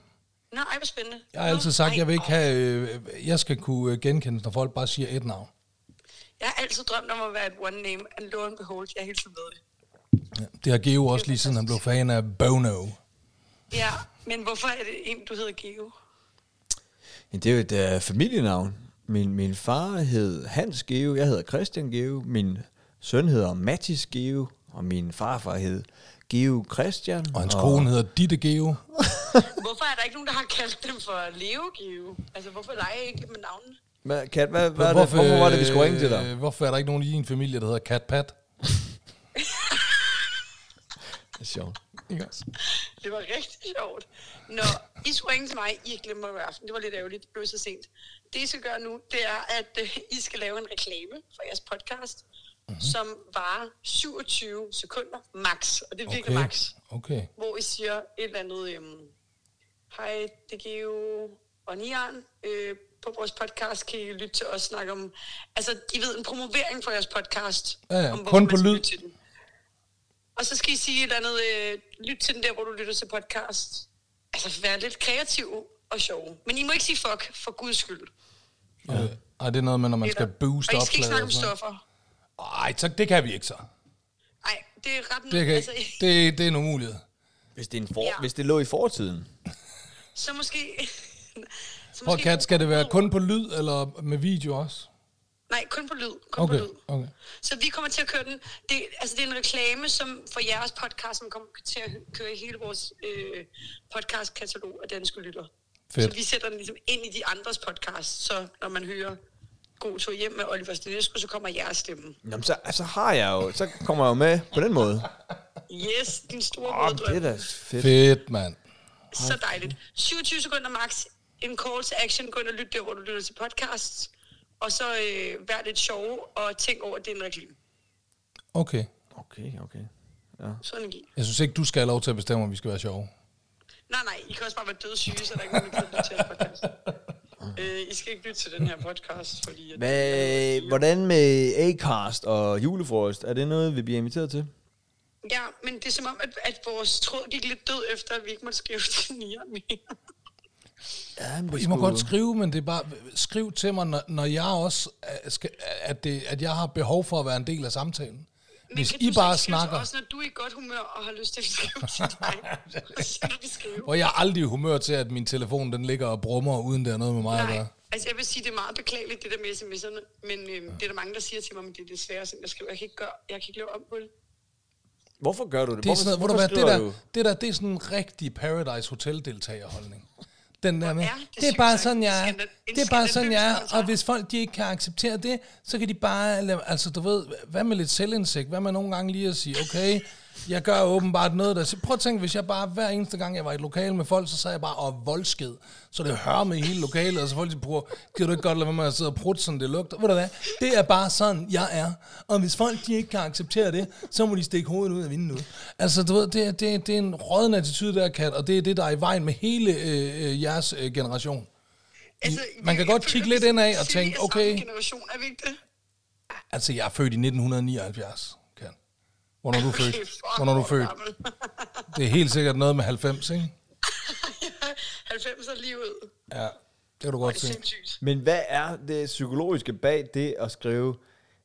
Speaker 4: Nå, ej, hvor spændende.
Speaker 1: Jeg har
Speaker 4: Nå,
Speaker 1: altid sagt,
Speaker 4: ej,
Speaker 1: jeg vil ikke
Speaker 4: åh.
Speaker 1: have, øh, jeg skal kunne øh, genkendes, når folk bare siger et navn.
Speaker 4: Jeg har altid drømt om at være et one name, and lo and behold, jeg er hele tiden med det.
Speaker 1: Ja, det har Geo også lige siden han blev fan af Bono.
Speaker 4: Ja, men hvorfor er det en, du hedder Geo?
Speaker 2: Ja, det er jo et uh, familienavn. Min, min far hed Hans Geo, jeg hedder Christian Geo, min søn hedder Mathis Geo, og min farfar hed Geo Christian.
Speaker 1: Og hans kone hedder Ditte Geo.
Speaker 4: Hvorfor er der ikke nogen, der har kaldt dem for Leo Geo? Altså, hvorfor leger I ikke med navnene?
Speaker 2: Hvad, Kat, hvad, hvad er det, hvorfor var det, vi skulle ringe til dig?
Speaker 1: øh, Hvorfor er der ikke nogen i en familie, der hedder Cat Pat?
Speaker 2: Det er sjovt.
Speaker 1: Ikke også?
Speaker 4: Det var rigtig sjovt. Nå, I skulle ringe til mig, I glemte mig i aften. Det var lidt ærgerligt, det blev så sent. Det, I skal gøre nu, det er, at øh, I skal lave en reklame for jeres podcast, mm-hmm. som varer 27 sekunder max. Og det er virkelig
Speaker 1: Okay.
Speaker 4: okay. max.
Speaker 1: okay.
Speaker 4: hvor I siger et eller andet, øhm, hej, det er Geo og Nian, øh, på vores podcast kan I lytte til os snakke om, altså I ved, en promovering for jeres podcast.
Speaker 1: Ja, ja,
Speaker 4: hvorfor
Speaker 1: kun
Speaker 4: man
Speaker 1: på
Speaker 4: skal
Speaker 1: lyd.
Speaker 4: lytte til den. Og så skal I sige et eller andet, øh, lyt til den der, hvor du lytter til podcast. Altså vær lidt kreativ og sjov. Men I må ikke sige fuck, for guds skyld.
Speaker 1: Ja. Øh, Ej, det er noget med, når man skal booste
Speaker 4: og I
Speaker 1: opslaget.
Speaker 4: skal ikke snakke om
Speaker 1: og sådan noget.
Speaker 4: stoffer.
Speaker 1: Ej, tak, det kan vi ikke så.
Speaker 4: Nej, det er ret...
Speaker 1: Det, kan,
Speaker 4: altså,
Speaker 1: ikke- det, det er en umulighed.
Speaker 2: Hvis det, er en for,
Speaker 4: Ja.
Speaker 2: hvis det lå i fortiden.
Speaker 4: så måske... så
Speaker 1: Hvor
Speaker 4: måske-
Speaker 1: Kat, skal det være kun på lyd eller med video også?
Speaker 4: Nej, kun på lyd. Kun
Speaker 1: Okay,
Speaker 4: på lyd.
Speaker 1: okay.
Speaker 4: Så vi kommer til at køre den. Det, altså, det er en reklame som for jeres podcast, som kommer til at køre i hele vores øh, podcastkatalog af danske lytter.
Speaker 1: Fedt.
Speaker 4: Så vi sætter den ligesom ind i de andres podcast, så når man hører God tur hjem med Oliver Stenesco, så kommer jeres stemme.
Speaker 2: Jamen, så altså, har jeg jo, så kommer jeg jo med på den måde.
Speaker 4: Yes, din store
Speaker 2: Åh,
Speaker 4: oh,
Speaker 2: men det er da fedt.
Speaker 1: Fedt, mand.
Speaker 4: Så dejligt. 27 sekunder max. En call to action. Gå ind og lyt der, hvor du lytter til podcasts. Og så øh, vær lidt sjov og tænk over, at det er en reklame.
Speaker 1: Okay.
Speaker 2: Okay, okay. Ja.
Speaker 4: Sådan gik.
Speaker 1: Jeg synes ikke, du skal have lov til at bestemme, om vi skal være sjove.
Speaker 4: Nej, nej, I kan også bare være dødssyge, så der er ikke nogen, der gider lytte til jeres podcast. Øh, I skal ikke lytte til den her podcast, fordi... At
Speaker 2: Hvad, hvordan med Acast og julefrokost? Er det noget, vi bliver inviteret til?
Speaker 4: Ja, men det er som om, at, at vores tråd gik lidt død efter, at vi ikke måtte skrive til nieren mere.
Speaker 2: Ja, men
Speaker 1: I må godt skrive, men det er bare, skriv til mig, når, når jeg også øh, skal, at, det, at jeg har behov for at være en del af samtalen.
Speaker 4: Men
Speaker 1: Hvis
Speaker 4: kan
Speaker 1: I
Speaker 4: du så
Speaker 1: bare
Speaker 4: ikke skrive til
Speaker 1: snakker,
Speaker 4: Også når du er i godt humør og har lyst til at skrive til dig, så kan vi skrive.
Speaker 1: og jeg er aldrig i humør til, at min telefon den ligger og brummer, uden det er noget med mig at
Speaker 4: Nej,
Speaker 1: gøre.
Speaker 4: altså jeg vil sige, det er meget beklageligt, det der med sms'erne, men øhm, det er der mange, der siger til mig, men det er det svære, som jeg skriver. Jeg kan ikke, gøre, jeg kan ikke lave om på det.
Speaker 2: Hvorfor gør du det?
Speaker 1: Det er
Speaker 2: hvorfor,
Speaker 1: sådan noget, hvor du
Speaker 2: hvorfor
Speaker 1: hvad, det,
Speaker 2: skriver
Speaker 1: der, det der, det er sådan en rigtig Paradise Hotel-deltagerholdning. Den der med,
Speaker 4: er
Speaker 1: det,
Speaker 4: det
Speaker 1: er bare
Speaker 4: sygt,
Speaker 1: sådan,
Speaker 4: mand.
Speaker 1: jeg er.
Speaker 4: En skandal- en
Speaker 1: Det er bare sådan, jeg er.
Speaker 4: skandaløs
Speaker 1: Og hvis folk de ikke kan acceptere det, så kan de bare, lade, altså du ved, hvad med lidt selvindsigt? Hvad med nogle gange lige at sige, okay, jeg gør åbenbart noget der. Så Prøv at tænke, hvis jeg bare hver eneste gang, jeg var i et lokale med folk, så sad jeg bare og voldsked. Så det hører med i hele lokalet, og så folk de bruger, gider du ikke godt lade være med at sidde og prutte, sådan det lugter? Ved du hvad? Det er bare sådan, jeg er. Og hvis folk de ikke kan acceptere det, så må de stikke hovedet ud af vinduet. Altså, du ved, det, er- det, er- det er en rådden attitude, der, Kat, og det er det, der er i vejen med hele øh, øh, jeres øh, generation.
Speaker 4: Altså,
Speaker 1: man kan
Speaker 4: jeg
Speaker 1: godt
Speaker 4: føler,
Speaker 1: kigge
Speaker 4: vi
Speaker 1: lidt indad og
Speaker 4: sidder i
Speaker 1: tænke,
Speaker 4: samme
Speaker 1: okay.
Speaker 4: generation, er vi ikke det?
Speaker 1: Altså, jeg er født i 1979, kan. Hvornår er du født?
Speaker 4: Okay, fuck,
Speaker 1: Hvornår er du
Speaker 4: hvor
Speaker 1: født?
Speaker 4: gammel.
Speaker 1: Det er helt sikkert noget med 90, ikke?
Speaker 4: 90'er lige ud.
Speaker 1: Ja, det kan du
Speaker 4: Hvor er
Speaker 1: godt
Speaker 4: det
Speaker 1: se.
Speaker 4: sindssygt.
Speaker 2: Men hvad er det psykologiske bag det at skrive?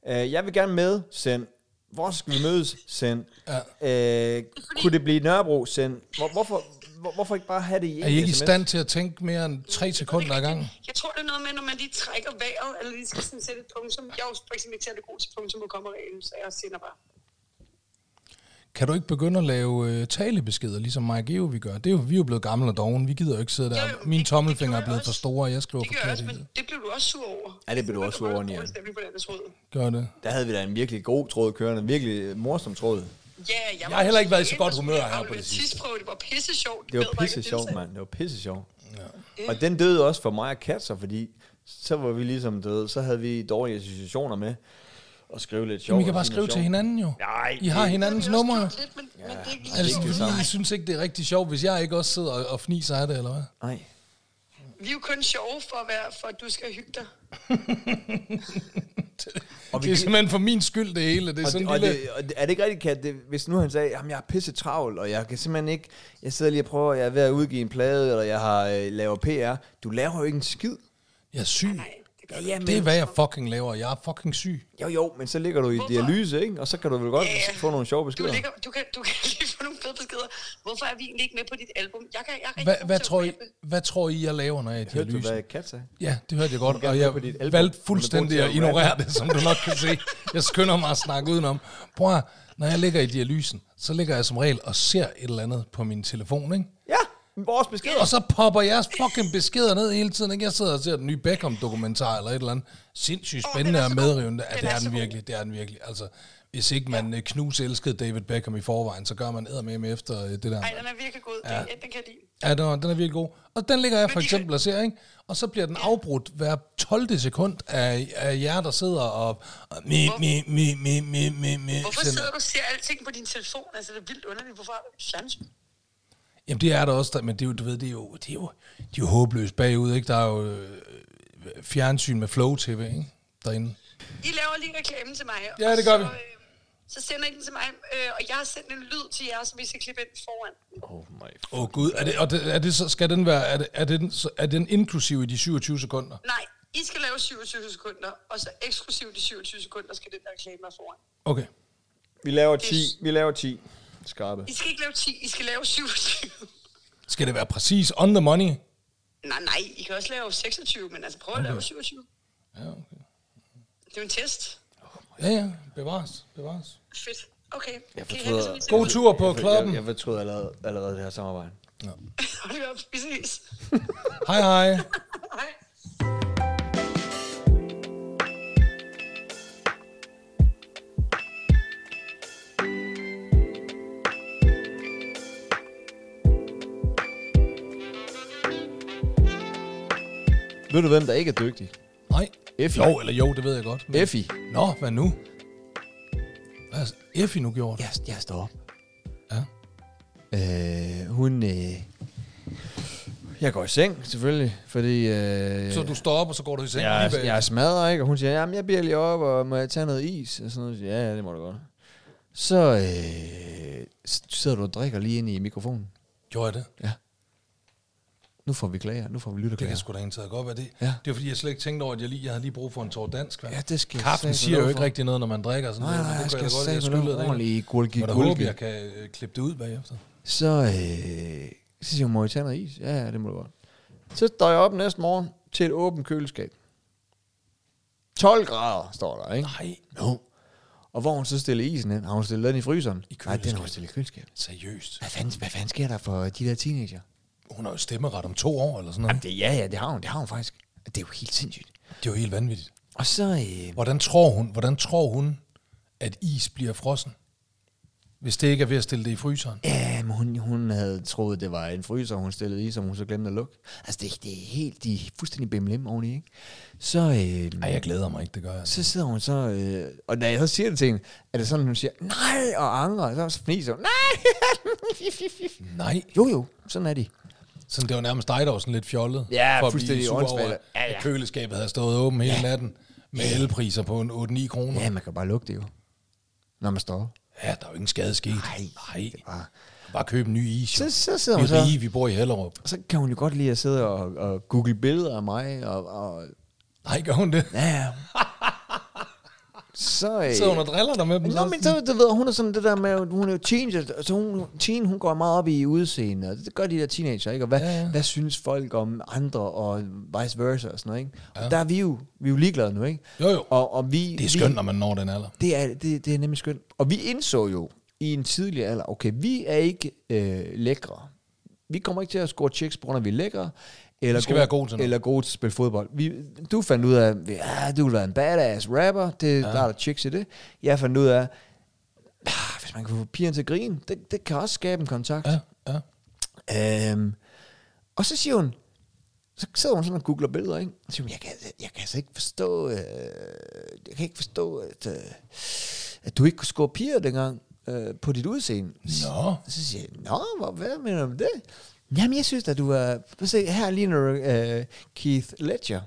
Speaker 2: Øh, jeg vil gerne med, send. Hvor skal vi mødes? Send. Ja. Øh, kunne det blive Nørrebro? Send. Hvor, hvorfor, hvor, hvorfor ikke bare have det i
Speaker 1: Er I ikke i stand til at tænke mere end 3 sekunder ad gangen?
Speaker 4: Jeg tror, det er noget med, når man lige trækker vejret, eller lige skal sådan sætte et punktum. Jeg er jo for eksempel ikke særlig god til punktum og kommareglen, så jeg sender bare.
Speaker 1: Kan du ikke begynde at lave øh, talebeskeder, ligesom mig og Geo, vi gør? Det er jo, vi er jo blevet gamle og dogne. Vi gider jo ikke sidde
Speaker 4: Jo,
Speaker 1: der.
Speaker 4: jo,
Speaker 1: Mine
Speaker 4: det- det
Speaker 1: tommelfinger
Speaker 4: gjorde
Speaker 1: er
Speaker 4: jeg
Speaker 1: blevet for
Speaker 4: også.
Speaker 1: store, og jeg skriver
Speaker 4: Det gør jeg
Speaker 1: forkert.
Speaker 4: også,
Speaker 1: hele
Speaker 4: men
Speaker 1: tiden.
Speaker 4: det blev du også sur over.
Speaker 2: Ja, det blev du også sur over, Nian.
Speaker 4: Det på landets råd.
Speaker 1: Gør det.
Speaker 2: Der havde vi da en virkelig god tråd kørende. En virkelig morsom tråd.
Speaker 4: Ja, jeg,
Speaker 1: har heller ikke været i så godt humør her på det sidste.
Speaker 4: Tidsprøve, det var pisse sjovt.
Speaker 2: Det var pisse sjovt, mand. Det var pisse sjovt. Ja. Og den døde også for mig og Katzer, fordi så var vi ligesom døde. Så havde vi dårlige associationer med at skrive lidt sjovt.
Speaker 1: Men I kan bare
Speaker 2: og sige
Speaker 1: skrive
Speaker 2: noget
Speaker 1: til
Speaker 2: sjovt.
Speaker 1: hinanden jo.
Speaker 2: Nej,
Speaker 1: I har hinandens numre. jo.
Speaker 4: Lidt, men, men det er ikke lige
Speaker 1: Altså,
Speaker 2: det
Speaker 1: vi,
Speaker 2: samme.
Speaker 1: I synes ikke, det er rigtig sjovt, hvis jeg ikke også sidder og, og fniser af det, eller hvad?
Speaker 2: Nej.
Speaker 4: Vi er jo kun sjove for, at være, for at du skal hygge dig.
Speaker 1: Og det er simpelthen for min skyld, det hele. Det er
Speaker 2: Og,
Speaker 1: sådan
Speaker 2: det,
Speaker 1: en
Speaker 2: og,
Speaker 1: lille...
Speaker 2: det, og det, er det ikke rigtigt, Kat? Det, hvis nu han sagde, at jeg er pisse travl, og jeg kan simpelthen ikke... Jeg sidder lige og prøver, jeg er ved at udgive en plade, eller jeg har øh, laver PR. Du laver jo ikke en skid.
Speaker 1: Jeg er syg.
Speaker 4: Nej, det gør
Speaker 2: Jamen,
Speaker 1: Det er, hvad jeg fucking laver. Jeg er fucking syg.
Speaker 2: Jo, jo, men så ligger du i
Speaker 4: Hvorfor?
Speaker 2: dialyse, ikke? Og så kan du vel godt
Speaker 4: Ja, ja.
Speaker 2: få nogle sjove
Speaker 4: Du,
Speaker 2: beskeder.
Speaker 4: ligger, du, kan, du kan lige få nogle fede beskeder. Hvorfor er vi egentlig ikke med på dit album? Jeg kan, jeg er rigtig
Speaker 1: Hvad,
Speaker 4: god
Speaker 1: hvad,
Speaker 4: til at
Speaker 1: tror I,
Speaker 4: rappe.
Speaker 1: hvad tror I, jeg laver, når jeg er i
Speaker 2: Hørte du,
Speaker 1: dialyse?
Speaker 2: hvad Kat sagde?
Speaker 1: Ja, det hørte jeg godt,
Speaker 2: gerne
Speaker 1: og
Speaker 2: med på dit album.
Speaker 1: jeg valgte
Speaker 2: Hun
Speaker 1: fuldstændig
Speaker 2: er god
Speaker 1: at
Speaker 2: til at
Speaker 1: ignorere det, som du nok kan se. Jeg skynder mig at snakke udenom. Prøv at, høre, når jeg ligger i dialysen, så ligger jeg som regel og ser et eller andet på min telefon, ikke?
Speaker 2: Ja, vores beskeder.
Speaker 1: Og så popper jeres fucking beskeder ned hele tiden, ikke? Jeg sidder og ser den nye Beckham-dokumentar eller et eller andet. Sindssygt
Speaker 4: Åh,
Speaker 1: spændende
Speaker 4: den er
Speaker 1: og
Speaker 4: så god.
Speaker 1: medrivende. Ja,
Speaker 4: Den
Speaker 1: det
Speaker 4: er
Speaker 1: er
Speaker 4: så
Speaker 1: den
Speaker 4: god.
Speaker 1: virkelig, det er den virkelig. Altså, hvis ikke man øh, knus elskede David Beckham i forvejen, så gør man eddermame efter øh, det der.
Speaker 4: Ej, den er virkelig god. Ja. Den, den kan jeg lide.
Speaker 1: Ja, den er, den er virkelig god. Og den ligger jeg for
Speaker 4: Men de kan-
Speaker 1: eksempel og ser, ikke? Og så bliver den afbrudt hver 12. sekund af, af jer, der sidder og... og mi, mi, mi, mi, mi, mi, mi,
Speaker 4: Hvorfor
Speaker 1: sender.
Speaker 4: sidder du og ser alting på din telefon? Altså, det er vildt underligt. Hvorfor har du ikke fjernsyn?
Speaker 1: Jamen, det er der også, der, men det er jo, du ved, det er jo, det er jo, de er jo håbløst bagud, ikke? Der er jo øh, fjernsyn med Flow TV, ikke? Derinde.
Speaker 4: I laver lige reklamen til mig.
Speaker 1: Ja,
Speaker 4: og
Speaker 1: det gør
Speaker 4: så,
Speaker 1: vi.
Speaker 4: øh, Så sender I den til mig, øh, og jeg har sendt en lyd til jer, som I skal klippe ind foran.
Speaker 1: Åh, oh, Gud. Er det, og det, er det så, skal den være... Er, det, er, den, så- er den inklusiv i de 27 sekunder?
Speaker 4: Nej, I skal lave 27 sekunder, og så eksklusivt de 27 sekunder skal den der reklame være foran.
Speaker 1: Okay.
Speaker 2: Vi laver 10. Vi laver 10. Skarpe.
Speaker 4: I skal ikke lave 10, I skal lave 27.
Speaker 1: Skal det være præcis on the money?
Speaker 4: nej, nej, I kan også lave 26, men altså prøv at okay. lave 27.
Speaker 1: Ja, okay.
Speaker 4: Det er jo en test.
Speaker 1: Ja, ja. Bevares. Bevares.
Speaker 4: Fedt. Okay.
Speaker 2: Jeg
Speaker 4: Kan I
Speaker 2: fortryder-
Speaker 4: have det, så vi
Speaker 1: God tur på
Speaker 2: Jeg-
Speaker 1: klubben.
Speaker 2: Jeg, jeg fortryder allerede, allerede det her samarbejde.
Speaker 4: ses. Hold op, vi ses.
Speaker 1: Hej, hej.
Speaker 4: Hej.
Speaker 2: Ved du, hvem der ikke er dygtig?
Speaker 1: Nej.
Speaker 2: Effie.
Speaker 1: Jo, eller jo, det ved jeg godt. Men...
Speaker 2: Effie.
Speaker 1: Nå, hvad nu? Hvad har Effie nu gjort?
Speaker 2: Jeg, jeg står op.
Speaker 1: Ja.
Speaker 2: Øh, hun... Øh, jeg går i seng, selvfølgelig, fordi... Øh,
Speaker 1: Så du står op, og så går du i seng
Speaker 2: jeg,
Speaker 1: lige bag.
Speaker 2: jeg smadrer, ikke? Og hun siger, jamen, jeg bliver lige op, og må jeg tage noget is? Og sådan noget. Så siger jeg, Ja, ja, det må du godt. Så øh, s- sidder du og drikker lige ind i mikrofonen.
Speaker 1: Gjorde jeg det?
Speaker 2: Ja. Nu får vi klager, nu får vi
Speaker 1: Det
Speaker 2: lytterklager.
Speaker 1: kan sgu da egentlig godt være det.
Speaker 2: Ja.
Speaker 1: Det er fordi, jeg slet ikke tænkte over, at jeg lige jeg havde lige brug for en tår dansk. Hvad?
Speaker 2: Ja, det skal jeg
Speaker 1: Kaffen
Speaker 2: satme
Speaker 1: siger jo
Speaker 2: love
Speaker 1: ikke
Speaker 2: for.
Speaker 1: rigtig noget, når man drikker. og Sådan
Speaker 2: Nej,
Speaker 1: noget,
Speaker 2: nej,
Speaker 1: men
Speaker 2: jeg
Speaker 1: det kunne
Speaker 2: skal
Speaker 1: da godt- jeg
Speaker 2: satme love
Speaker 1: skyllede det ind.
Speaker 2: ordentligt i gulgi-
Speaker 1: Men jeg
Speaker 2: gulgi.
Speaker 1: håber, jeg kan øh, klippe det ud bagefter.
Speaker 2: Så, øh, så siger hun, må jeg tage noget is? Ja, ja, det må du godt. Så står jeg op næste morgen til et åbent køleskab. 12 grader står der, ikke?
Speaker 1: Nej,
Speaker 2: No. Og hvor har hun så stillet isen hen? Har hun stillet den i fryseren?
Speaker 1: I
Speaker 2: Nej, den har hun
Speaker 1: køleskabet.
Speaker 2: stillet i køleskabet.
Speaker 1: seriøst.
Speaker 2: Hvad fanden, hvad fanden sker der for de der teenager?
Speaker 1: Hun har jo stemmeret om to år eller sådan noget.
Speaker 2: Jamen, det, ja, ja, det har hun, det har hun faktisk. Det er jo helt sindssygt.
Speaker 1: Det er jo helt vanvittigt.
Speaker 2: Og så, øh,
Speaker 1: Hvordan tror hun, hvordan tror hun at is bliver frossen? Hvis det ikke er ved at stille det i fryseren.
Speaker 2: ja, men hun, hun havde troet, det var en fryser, hun stillede i, som hun så glemte at lukke. Altså, det, det er helt, de er fuldstændig bimlem oveni, ikke? Så, øh,
Speaker 1: Nej, jeg glæder mig ikke, det gør jeg. Altså,
Speaker 2: så sidder hun så, øh, og da jeg så siger det til hende, er det sådan, hun siger, nej, og angrer, og så fniser hun, nej,
Speaker 1: Nej.
Speaker 2: jo jo, sådan er de.
Speaker 1: Sådan, det var nærmest dig, der var sådan lidt fjollet.
Speaker 2: Ja,
Speaker 1: for at blive
Speaker 2: fuldstændig
Speaker 1: sur over,
Speaker 2: åndssvagt. Ja, ja.
Speaker 1: at køleskabet havde stået åben hele natten med elpriser på en 8-9 kroner.
Speaker 2: Ja, man kan bare lugte det jo, når man står. op.
Speaker 1: Ja, der er jo ingen skade sket.
Speaker 2: Nej,
Speaker 1: Nej.
Speaker 2: var-
Speaker 1: Bare købe en ny is. jo.
Speaker 2: Så- så sidder
Speaker 1: vi
Speaker 2: man så-
Speaker 1: er rige, vi bor i Hellerup.
Speaker 2: Og så kan hun jo godt lide at sidde og, og google billeder af mig, og, og
Speaker 1: Nej, gør hun det?
Speaker 2: ja, ja. så... Øh,
Speaker 1: Sidder hun og driller dig med dem?
Speaker 2: Nå, men så, du ved, hun er sådan det der med, at hun er jo teenager, så altså, hun, teen, hun går meget op i udseende, og det gør de der teenager, ikke? Og hvad, ja,
Speaker 1: Ja,
Speaker 2: ja.
Speaker 1: ja.
Speaker 2: hvad synes folk om andre, og vice versa og sådan noget, ikke? Ja. Og der er vi jo, vi er jo ligeglade nu, ikke?
Speaker 1: Jo, jo.
Speaker 2: Og, og vi,
Speaker 1: Det er
Speaker 2: vi,
Speaker 1: skønt, når man når den alder.
Speaker 2: Det er, det, det er nemlig skønt. Og vi indså jo i en tidlig alder, okay, vi er ikke øh, lækre. Vi kommer ikke til at score checks, på grund af, at vi er lækre. Eller
Speaker 1: Vi skal være gode til noget.
Speaker 2: Eller gode til at spille fodbold. Vi, du fandt ud af, ja, du vil være en badass rapper. Det, ja. Der er der chicks i det. Jeg fandt ud af, ah, hvis man kan få pigerne til at grine, det, det kan også skabe en kontakt.
Speaker 1: Ja, ja.
Speaker 2: Øhm, og så siger hun, så sidder hun sådan og googler billeder, ikke? Og siger hun, jeg kan, jeg kan altså ikke forstå, øh, jeg kan ikke forstå, at, øh, at du ikke kunne score piger dengang øh, på dit udseende.
Speaker 1: Nå.
Speaker 2: Så siger jeg, nå, hvor, hvad mener du om det? Jamen, jeg synes at du er... Prøv at se, her ligner du øh, Keith Ledger.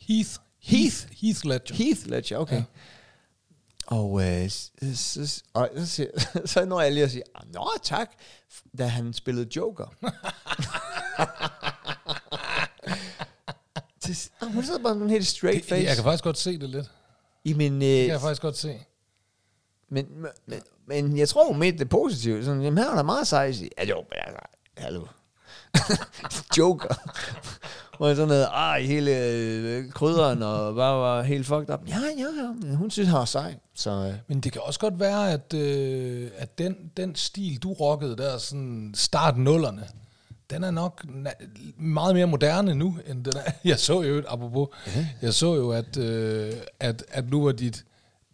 Speaker 1: Heath.
Speaker 2: Heath.
Speaker 1: Heath Ledger.
Speaker 2: Heath Ledger, okay.
Speaker 1: Ja.
Speaker 2: Ja. Og, øh, s- s- s- og så, siger- så når jeg lige at sige, "Ah, nå tak, da han spillede Joker. Det- og ah, hun sidder bare med en helt straight
Speaker 1: Det,
Speaker 2: face.
Speaker 1: jeg kan faktisk godt se det lidt.
Speaker 2: Jamen, øh,
Speaker 1: Det kan jeg faktisk godt se.
Speaker 2: men, men- men, men jeg tror, hun mente det positivt. Sådan, jamen, her er der meget sej. Jeg siger, Ja, jo, men altså, hallo. Joker. Hvor jeg sådan noget, ah, i hele øh, krydderen, og bare var helt fucked up. Ja, ja, ja, men hun synes, han var sej. Så øh,
Speaker 1: Men det kan også godt være, at, øh, at den, den stil, du rockede der, sådan start nullerne, den er nok na- meget mere moderne nu, end den er. Jeg så jo, apropos, jeg så jo, at, øh, at, at nu var dit,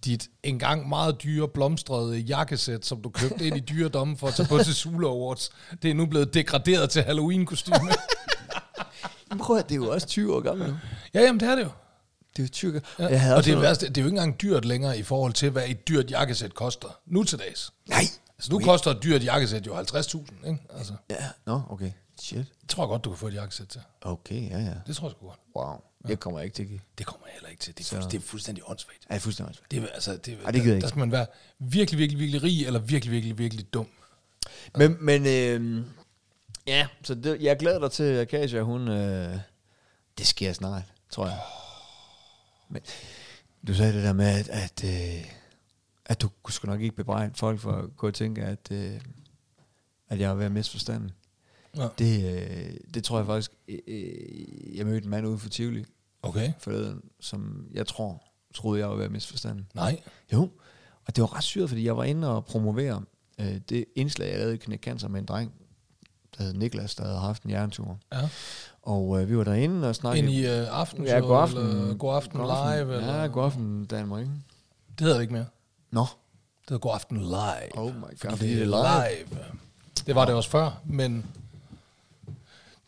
Speaker 1: dit engang meget dyre blomstrede jakkesæt, som du købte ind i dyre domme for at tage på til Sula Awards, det er nu blevet degraderet til Halloween-kostyme.
Speaker 2: Men prøv at det er jo også 20 år gammel nu.
Speaker 1: ja, jamen det er det jo.
Speaker 2: Det er jo 20 år
Speaker 1: Ja.
Speaker 2: gammel. Jeg havde
Speaker 1: og
Speaker 2: også
Speaker 1: det, er
Speaker 2: noget-
Speaker 1: værste, det er jo ikke engang dyrt længere i forhold til, hvad et dyrt jakkesæt koster nu til dags.
Speaker 2: Nej.
Speaker 1: Altså, nu koster et dyrt jakkesæt jo 50.000, ikke? Altså,
Speaker 2: Ja. Nå, okay. Shit.
Speaker 1: det tror jeg godt, du kan få et jakkesæt til.
Speaker 2: Okay, ja, ja.
Speaker 1: Det tror jeg sgu godt.
Speaker 2: Wow. Det kommer jeg ikke til at give.
Speaker 1: Det kommer jeg heller ikke til. Det er, fuldst- det er fuldstændig åndssvagt.
Speaker 2: Ej, fuldstændig.
Speaker 1: Det er, altså, det,
Speaker 2: Ej, det gider jeg
Speaker 1: der,
Speaker 2: ikke.
Speaker 1: der skal man være virkelig, virkelig, virkelig rig, eller virkelig, virkelig, virkelig dum.
Speaker 2: Men, men øh, ja, så det, jeg glæder dig til, at Kasia, hun... Øh, det sker snart, tror jeg. Men du sagde det der med, at, at, øh, at du skulle nok ikke bebrejde folk for at gå og tænke, at, øh, at jeg var ved at miste forstanden.
Speaker 1: Ja.
Speaker 2: Det, øh, det tror jeg faktisk... Øh, øh, jeg mødte en mand ude for Tivoli,
Speaker 1: Okay.
Speaker 2: forleden, som jeg tror, troede jeg var ved at misforstande.
Speaker 1: Nej.
Speaker 2: Jo, og det var ret syret, fordi jeg var inde og promovere øh, det indslag, jeg lavede i Knæk Cancer med en dreng, der hed Niklas, der havde haft en hjernetur.
Speaker 1: Ja.
Speaker 2: Og øh, vi var derinde og snakkede...
Speaker 1: Ind i øh, aften,
Speaker 2: ja, god aften,
Speaker 1: eller god aften live. Eller,
Speaker 2: Ja, god aften Danmark. ikke?
Speaker 1: Det hedder det ikke mere.
Speaker 2: Nå,
Speaker 1: Det hedder god aften live.
Speaker 2: Oh my God,
Speaker 1: Fordi
Speaker 2: fordi
Speaker 1: det
Speaker 2: det
Speaker 1: er
Speaker 2: er
Speaker 1: live. Det var det også før, men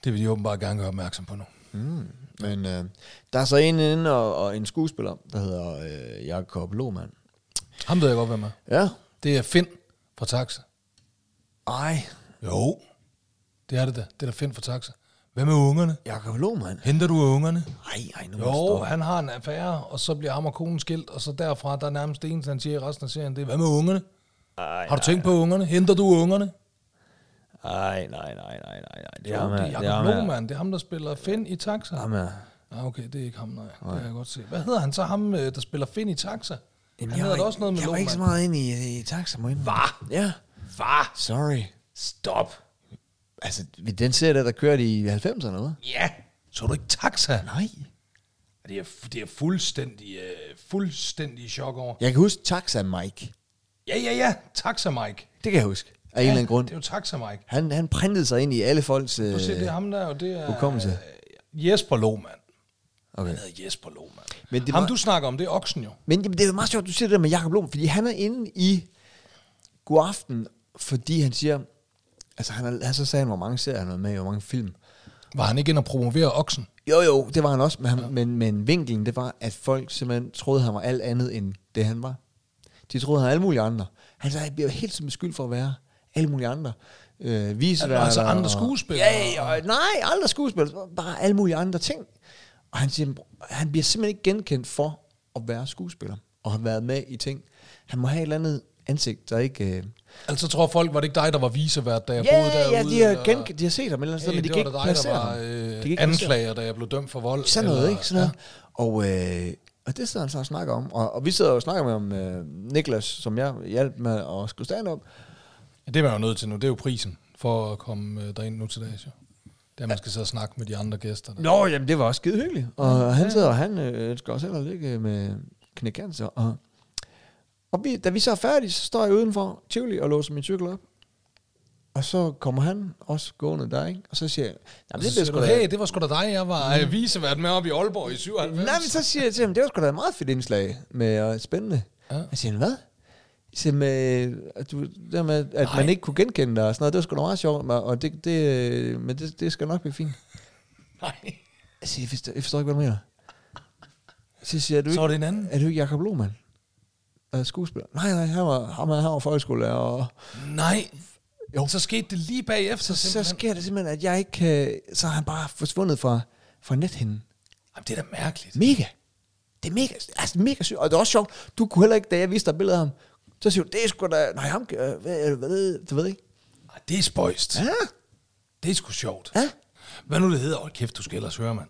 Speaker 1: det vil de åbenbart gerne gøre opmærksom på nu.
Speaker 2: men øh, der er så en inde og, og en skuespiller, der hedder øh, Jakob Lohmann.
Speaker 1: Ham ved jeg godt, hvem er.
Speaker 2: Ja.
Speaker 1: Det er Finn fra Taxa.
Speaker 2: Ej,
Speaker 1: Jo, det er det da. Det er da Finn fra Taxa. Hvad med ungerne?
Speaker 2: Jakob Lohmann.
Speaker 1: Henter du ungerne?
Speaker 2: Ej, ej, nu må
Speaker 1: Jo,
Speaker 2: jeg stoppe.
Speaker 1: han har en affære, og så bliver ham og konen skilt, og så derfra, der er nærmest det eneste, han siger i resten af serien, det er, hvad med ungerne?
Speaker 2: Ej,
Speaker 1: Har du tænkt på ungerne? Henter du ungerne?
Speaker 2: Ej, nej, nej, nej, nej, nej. Det
Speaker 1: Jo,
Speaker 2: ham
Speaker 1: det er
Speaker 2: her,
Speaker 1: Jacob
Speaker 2: ham her.
Speaker 1: Lohmann, det er ham, der spiller Finn i Taxa.
Speaker 2: Ham her.
Speaker 1: Ah, okay, det er ikke ham, nej. Det kan jeg godt se. Hvad hedder han så, ham, øh, der spiller Finn i Taxa? Han
Speaker 2: jeg
Speaker 1: hedder
Speaker 2: var
Speaker 1: da også noget med
Speaker 2: Jeg var ikke så
Speaker 1: Lohmann.
Speaker 2: meget inde i, i taxa, må jeg indrømme. Ja.
Speaker 1: Far,
Speaker 2: Sorry.
Speaker 1: stop.
Speaker 2: Altså, den serie der, der kørte i 90'erne, eller hvad?
Speaker 1: Ja, så du ikke Taxa?
Speaker 2: Nej.
Speaker 1: Det er, det er fuldstændig, øh, fuldstændig chok over.
Speaker 2: Jeg kan huske Taxa Mike.
Speaker 1: Ja, ja, ja, Taxa Mike.
Speaker 2: Det kan jeg huske. Af en eller anden grund.
Speaker 1: Det er jo Taxa Mike.
Speaker 2: Han, han printede sig ind i alle folks... Øh,
Speaker 1: Du ser, det er ham der, og det er...
Speaker 2: hukommelse.
Speaker 1: øh, Jesper Lohmann.
Speaker 2: Okay.
Speaker 1: Han hedder Jesper Lohmann.
Speaker 2: Men
Speaker 1: Men
Speaker 2: det
Speaker 1: det ham,
Speaker 2: var-
Speaker 1: du snakker om, det er Oksen jo.
Speaker 2: Men jamen, det er jo meget sjovt, du siger det der med Jakob Blom, fordi han er inde i god aften, fordi han siger... Altså, han, er- han så sagde han, hvor mange serier han var med i, hvor mange film.
Speaker 1: Var han ikke inde og promovere Oksen?
Speaker 2: Jo, jo, det var han også, men, han, ja. men, men vinklen, det var, at folk simpelthen troede, han var alt andet end det, han var. De troede, han var alle mulige andre. Han sagde, jeg bliver helt som beskyldt for at være alle mulige andre. Øh, viseværter
Speaker 1: Altså andre
Speaker 2: og-
Speaker 1: skuespillere?
Speaker 2: Ja, ja, og, nej, andre skuespillere. Bare alle mulige andre ting. Og han siger, han bliver simpelthen ikke genkendt for at være skuespiller. Og har været med i ting. Han må have et eller andet ansigt, der ikke... Øh,
Speaker 1: Altså tror folk, var det ikke dig, der var visevært, da jeg
Speaker 2: ja,
Speaker 1: boede derude?
Speaker 2: ja, de har,
Speaker 1: eller-
Speaker 2: genkendt, de har set ham et eller andet sted,
Speaker 1: Hey,
Speaker 2: men de
Speaker 1: det
Speaker 2: kan
Speaker 1: var da
Speaker 2: ikke
Speaker 1: dig, der
Speaker 2: placere
Speaker 1: var
Speaker 2: ham. De kan
Speaker 1: øh,
Speaker 2: ikke placere
Speaker 1: anklager, da jeg blev dømt for vold.
Speaker 2: Sådan noget,
Speaker 1: eller-
Speaker 2: ikke? Sådan noget. Og, øh, og det sidder han så og snakker om. Og, og vi sidder og snakker med om øh, Niklas, som jeg hjalp med at skulle stand op.
Speaker 1: Ja, det er man jo nødt til nu. Det er jo prisen for at komme øh, derind nu til dags, jo. Det er, at man skal sidde og snakke med de andre gæster. Der.
Speaker 2: Nå, jamen det var også skide hyggeligt. Og han sidder, og han øh, ønsker også heller ligge med knækkancer. Og, og vi, da vi så er færdige, så står jeg udenfor Tivoli og låser min cykel op. Og så kommer han også gående der, ikke? Og så siger jeg, jamen, det
Speaker 1: Så siger
Speaker 2: bliver sgu
Speaker 1: du,
Speaker 2: da...
Speaker 1: hey, det var sgu da dig, jeg var mm. visevært med op i Aalborg i 97.
Speaker 2: Nej, men så siger jeg til ham, det var sgu da et meget fedt indslag med og spændende.
Speaker 1: Ja.
Speaker 2: Ja. Jeg siger, hvad? Jeg siger, med, at, du, det der med, at man ikke kunne genkende dig og sådan noget, det var sgu da meget sjovt, og og det, det, øh, men det, det skal nok blive fint.
Speaker 1: Nej.
Speaker 2: Jeg siger, jeg forstår, jeg forstår ikke, hvad du mener. Så siger jeg, er du
Speaker 1: Så var
Speaker 2: ikke,
Speaker 1: det en anden.
Speaker 2: er du ikke Jacob Lohmann? Øh, Er skuespiller? Nej, nej, han var, han var, han var folkeskolelærer, og
Speaker 1: Nej.
Speaker 2: Jo.
Speaker 1: Så skete det lige bagefter.
Speaker 2: Så, så
Speaker 1: simpelthen.
Speaker 2: sker det simpelthen, at jeg ikke kan... Så er han bare forsvundet fra, fra nethinden.
Speaker 1: Jamen, det er da mærkeligt.
Speaker 2: Mega. Det er mega, altså mega sygt. Og det er også sjovt. Du kunne heller ikke, da jeg viste dig billedet af ham, så siger du, det er sgu da... Nej, ham... Øh, hvad, hvad, du ved ikke.
Speaker 1: Ej, det er spøjst.
Speaker 2: Ja.
Speaker 1: Det er sgu sjovt.
Speaker 2: Ja.
Speaker 1: Hvad nu det hedder? Åh, kæft, du skal ellers høre, mand.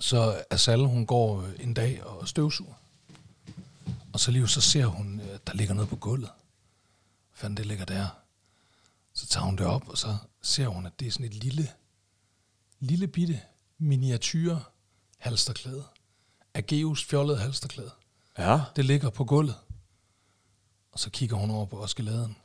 Speaker 1: Så Asal, hun går øh, en dag og støvsuger. Og så lige så ser hun, øh, der ligger noget på gulvet. Hvad fanden det ligger der? Så tager hun det op, og så ser hun, at det er sådan et lille, lille bitte miniatyr halsterklæde. Af Geos fjollede halsterklæde.
Speaker 2: Ja.
Speaker 1: Det ligger på gulvet. Og så kigger hun over på Oskeladen.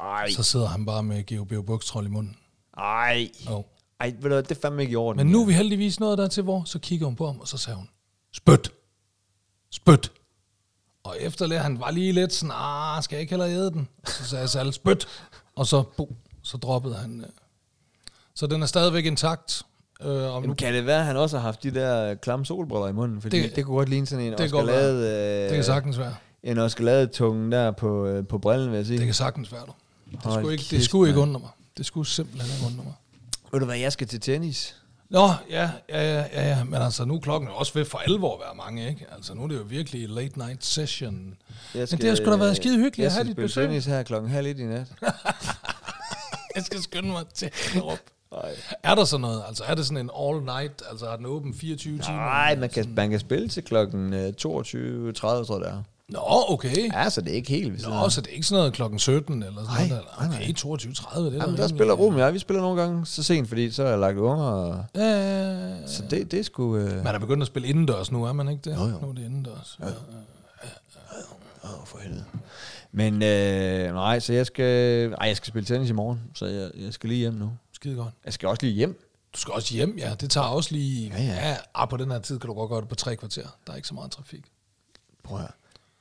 Speaker 2: Ej,
Speaker 1: Så sidder han bare med GOB bukstrol i munden.
Speaker 2: ej.
Speaker 1: Oh.
Speaker 2: Ej, ved du, hvad, det er fandme ikke i orden.
Speaker 1: Men nu er vi heldigvis nået der til, hvor så kigger hun på ham, og så sagde hun, spyt, spyt. Og efterlærer han var lige lidt sådan, ah, skal jeg ikke heller æde den? Og så sagde jeg selv, spyt. Og så, bo, så droppede han. øh. Så den er stadigvæk intakt. Øh, og nu,
Speaker 2: Jamen, kan det være, at han også har haft de der øh, klamme solbriller i munden? Fordi det,
Speaker 1: Det-
Speaker 2: det kunne godt ligne sådan en
Speaker 1: det kan godt
Speaker 2: oskalade... Øh,
Speaker 1: det kan sagtens være.
Speaker 2: En oskalade-tunge der på, øh, på brillen, vil jeg sige.
Speaker 1: Det kan sagtens være, du. Det
Speaker 2: Hold
Speaker 1: skulle, ikke, det
Speaker 2: kæft,
Speaker 1: skulle ikke undre mig. Det skulle simpelthen ikke undre mig.
Speaker 2: Ved du hvad, jeg skal til tennis.
Speaker 1: Nå, ja, ja, ja, ja, ja, men altså nu er klokken jo også ved for alvor at være mange, ikke? Altså nu er det jo virkelig late night session.
Speaker 2: Jeg
Speaker 1: men det har sgu da været skide hyggeligt
Speaker 2: øh, jeg
Speaker 1: at have
Speaker 2: skal
Speaker 1: dit
Speaker 2: spille
Speaker 1: besøg.
Speaker 2: tennis her klokken halv et i nat.
Speaker 1: Jeg skal skynde mig til Knop. Er der sådan noget? Altså er det sådan en all night? Altså er den åben 24 timer?
Speaker 2: Nej, man kan, man kan spille til klokken øh, 22.30, tror jeg det er.
Speaker 1: Nå, okay.
Speaker 2: Ja, så det er ikke helt ved siden af.
Speaker 1: Nå, så det er ikke sådan noget klokken 17 eller sådan
Speaker 2: Nej,
Speaker 1: noget. der.
Speaker 2: nej, nej.
Speaker 1: Okay, 22.30, det er
Speaker 2: Jamen,
Speaker 1: da
Speaker 2: der spiller Ruben og jeg. Vi spiller nogle gange så sent, fordi så er jeg lagt unger. Og,
Speaker 1: Øh,
Speaker 2: så det, det er sgu... Øh,
Speaker 1: man er begyndt at spille indendørs nu, er man ikke det? Nu er det indendørs. Ja.
Speaker 2: Åh, for helvede. Men øh, nej, så jeg skal, ej, jeg skal spille tennis i morgen, så jeg, jeg skal lige hjem nu.
Speaker 1: Skide godt.
Speaker 2: Jeg skal også lige hjem.
Speaker 1: Du skal også hjem, ja. Det tager også lige...
Speaker 2: Ja, ja.
Speaker 1: ah, på den her tid kan du godt gøre det på tre kvarter. Der er ikke så meget trafik.
Speaker 2: Prøv at høre.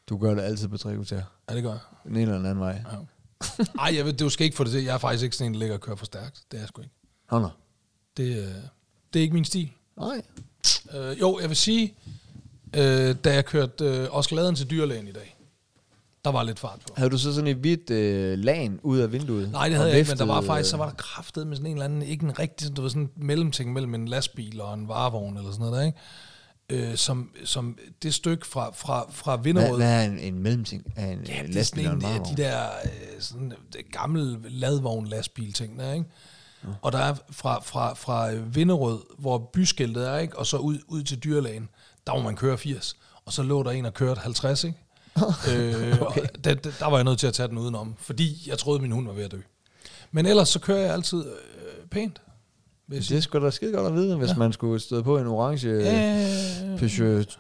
Speaker 2: Du gør det altid på tre kvarter.
Speaker 1: Ja, det gør jeg.
Speaker 2: Den ene eller den anden vej. Ja.
Speaker 1: Ej, jeg ved, du skal ikke få det til. Jeg er faktisk ikke sådan en, der ligger og kører for stærkt. Det er jeg sgu ikke.
Speaker 2: Nå, nå.
Speaker 1: Det, øh, det er ikke min stil.
Speaker 2: Nej.
Speaker 1: Øh, jo, jeg vil sige, øh, da jeg kørte øh, Oscar Laden til dyrlægen i dag, der var lidt fart på.
Speaker 2: Havde du så sådan et hvidt øh, lagen ud af vinduet?
Speaker 1: Nej, det
Speaker 2: Og
Speaker 1: havde jeg ikke, men der var
Speaker 2: viftede,
Speaker 1: faktisk, så
Speaker 2: øh,
Speaker 1: var der kraftet med sådan en eller anden, ikke en rigtig, sådan, du ved, sådan en mellemting mellem en lastbil og en varevogn eller sådan noget der, ikke? Øh, som, som det stykke fra, fra, fra
Speaker 2: Hvad,
Speaker 1: Vinderød,
Speaker 2: hvad er en, en mellemting af en ja,
Speaker 1: Jamen, det er sådan
Speaker 2: lastbil og en
Speaker 1: en af
Speaker 2: varevogn?
Speaker 1: de der øh, sådan, øh, gamle ladvogn lastbil ting der, ikke? Og der er fra, fra, fra øh, Vinderød, hvor byskiltet er, ikke? og så ud, ud til dyrlægen, der må man køre 80. Og så lå der en og kørte 50, ikke? øh, okay. og der, der, der var jeg nødt til at tage den udenom, fordi jeg troede, min hund var ved at dø. Men ellers så kører jeg altid øh, pænt. Hvis
Speaker 2: Det er sgu da skide godt at vide, hvis ja. man skulle støde på en orange øh,
Speaker 1: ja,
Speaker 2: Peugeot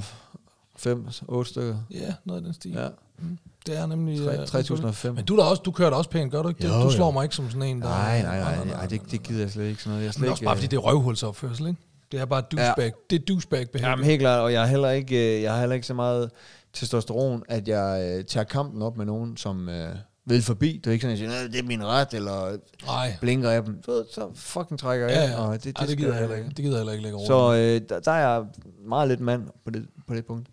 Speaker 2: 2005, 8 stykker.
Speaker 1: ja, noget i den stil.
Speaker 2: Ja.
Speaker 1: Ja. Det er nemlig...
Speaker 2: Tre-
Speaker 1: øh,
Speaker 2: 3005.
Speaker 1: Men du, der også, du kører da også pænt, gør du ikke?
Speaker 2: Jo,
Speaker 1: det? Du slår
Speaker 2: jo.
Speaker 1: mig ikke som sådan en, der...
Speaker 2: Nej, nej, nej, nej, det, det gider jeg slet ikke sådan noget. Jeg er slet
Speaker 1: Men også bare,
Speaker 2: øh,
Speaker 1: fordi det er røvhulsopførsel, ikke? Det er bare douchebag. Ja. Det er douchebag behavior.
Speaker 2: øh, Jamen helt klart, og jeg har heller ikke, øh, jeg har heller ikke så meget øh, testosteron, at jeg øh, tager kampen op med nogen, som øh, vil forbi. Det er ikke sådan, at jeg siger, "Nå, det er min ret, eller
Speaker 1: Nej.
Speaker 2: blinker jeg dem. Du ved, Så fucking trækker jeg
Speaker 1: Ja,
Speaker 2: ind,
Speaker 1: ja.
Speaker 2: og
Speaker 1: Det, det, Ej, det gider jeg heller ikke. Det gider jeg heller ikke lægge over.
Speaker 2: Så øh, der, der, er jeg meget lidt mand på det, på det punkt.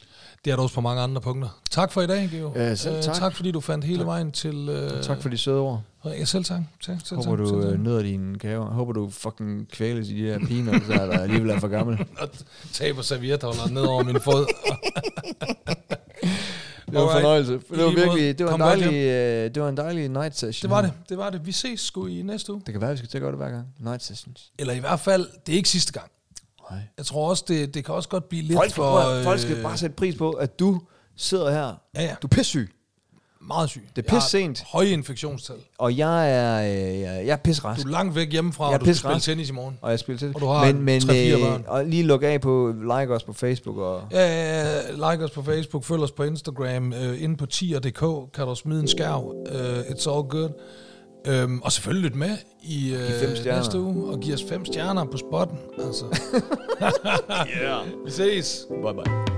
Speaker 1: Det er der også på mange andre punkter. Tak for i dag, Geo. Øh,
Speaker 2: Ja, selv tak.
Speaker 1: tak fordi du fandt hele vejen til... Øh,
Speaker 2: Tak for de søde ord.
Speaker 1: Ja, selv tak. tak selv
Speaker 2: Håber
Speaker 1: tak, selv
Speaker 2: du
Speaker 1: tak.
Speaker 2: øh, nøder dine gaver. Håber du fucking kvæles i de her piner, der, der alligevel er for gammel.
Speaker 1: Og taber serviettavler ned over min fod.
Speaker 2: Det var en
Speaker 1: Alright.
Speaker 2: fornøjelse.
Speaker 1: I
Speaker 2: Det var
Speaker 1: lige måde.
Speaker 2: virkelig, det var en
Speaker 1: Kom godt
Speaker 2: dejlig, øh, det var en dejlig night session.
Speaker 1: Det var det. Det var det. Vi ses sgu i næste uge.
Speaker 2: Det kan være, vi skal til at gøre det hver gang. Night sessions.
Speaker 1: Eller i hvert fald, det er ikke sidste gang.
Speaker 2: Nej.
Speaker 1: Jeg tror også, det, det kan også godt blive lidt
Speaker 2: Folk skal,
Speaker 1: for... øh,
Speaker 2: prøv, at- folk skal bare sætte pris på, at du sidder her.
Speaker 1: Ja, ja.
Speaker 2: Du er pissyg,
Speaker 1: Meget syg.
Speaker 2: Det er
Speaker 1: Jeg har
Speaker 2: pissent.
Speaker 1: Høje infektionstal.
Speaker 2: og jeg er, øh, jeg- jeg er pissrask,
Speaker 1: Du er langt væk hjemmefra,
Speaker 2: Jeg er
Speaker 1: og du skal
Speaker 2: pisserask.
Speaker 1: spille tennis i morgen.
Speaker 2: og jeg spiller til det.
Speaker 1: Og du har
Speaker 2: men, men,
Speaker 1: tre, fire børn.
Speaker 2: og lige luk af på, like os på Facebook. Og,
Speaker 1: Øh, like os på Facebook, følg os på Instagram, øh, inde på tier.dk, kan du smide en skærv, øh, it's all good. Øhm, og selvfølgelig lyt med i
Speaker 2: fem
Speaker 1: øh,
Speaker 2: stjerner.
Speaker 1: næste uge, og giv os fem stjerner på spotten. Altså. yeah. Vi ses.
Speaker 2: bye bye.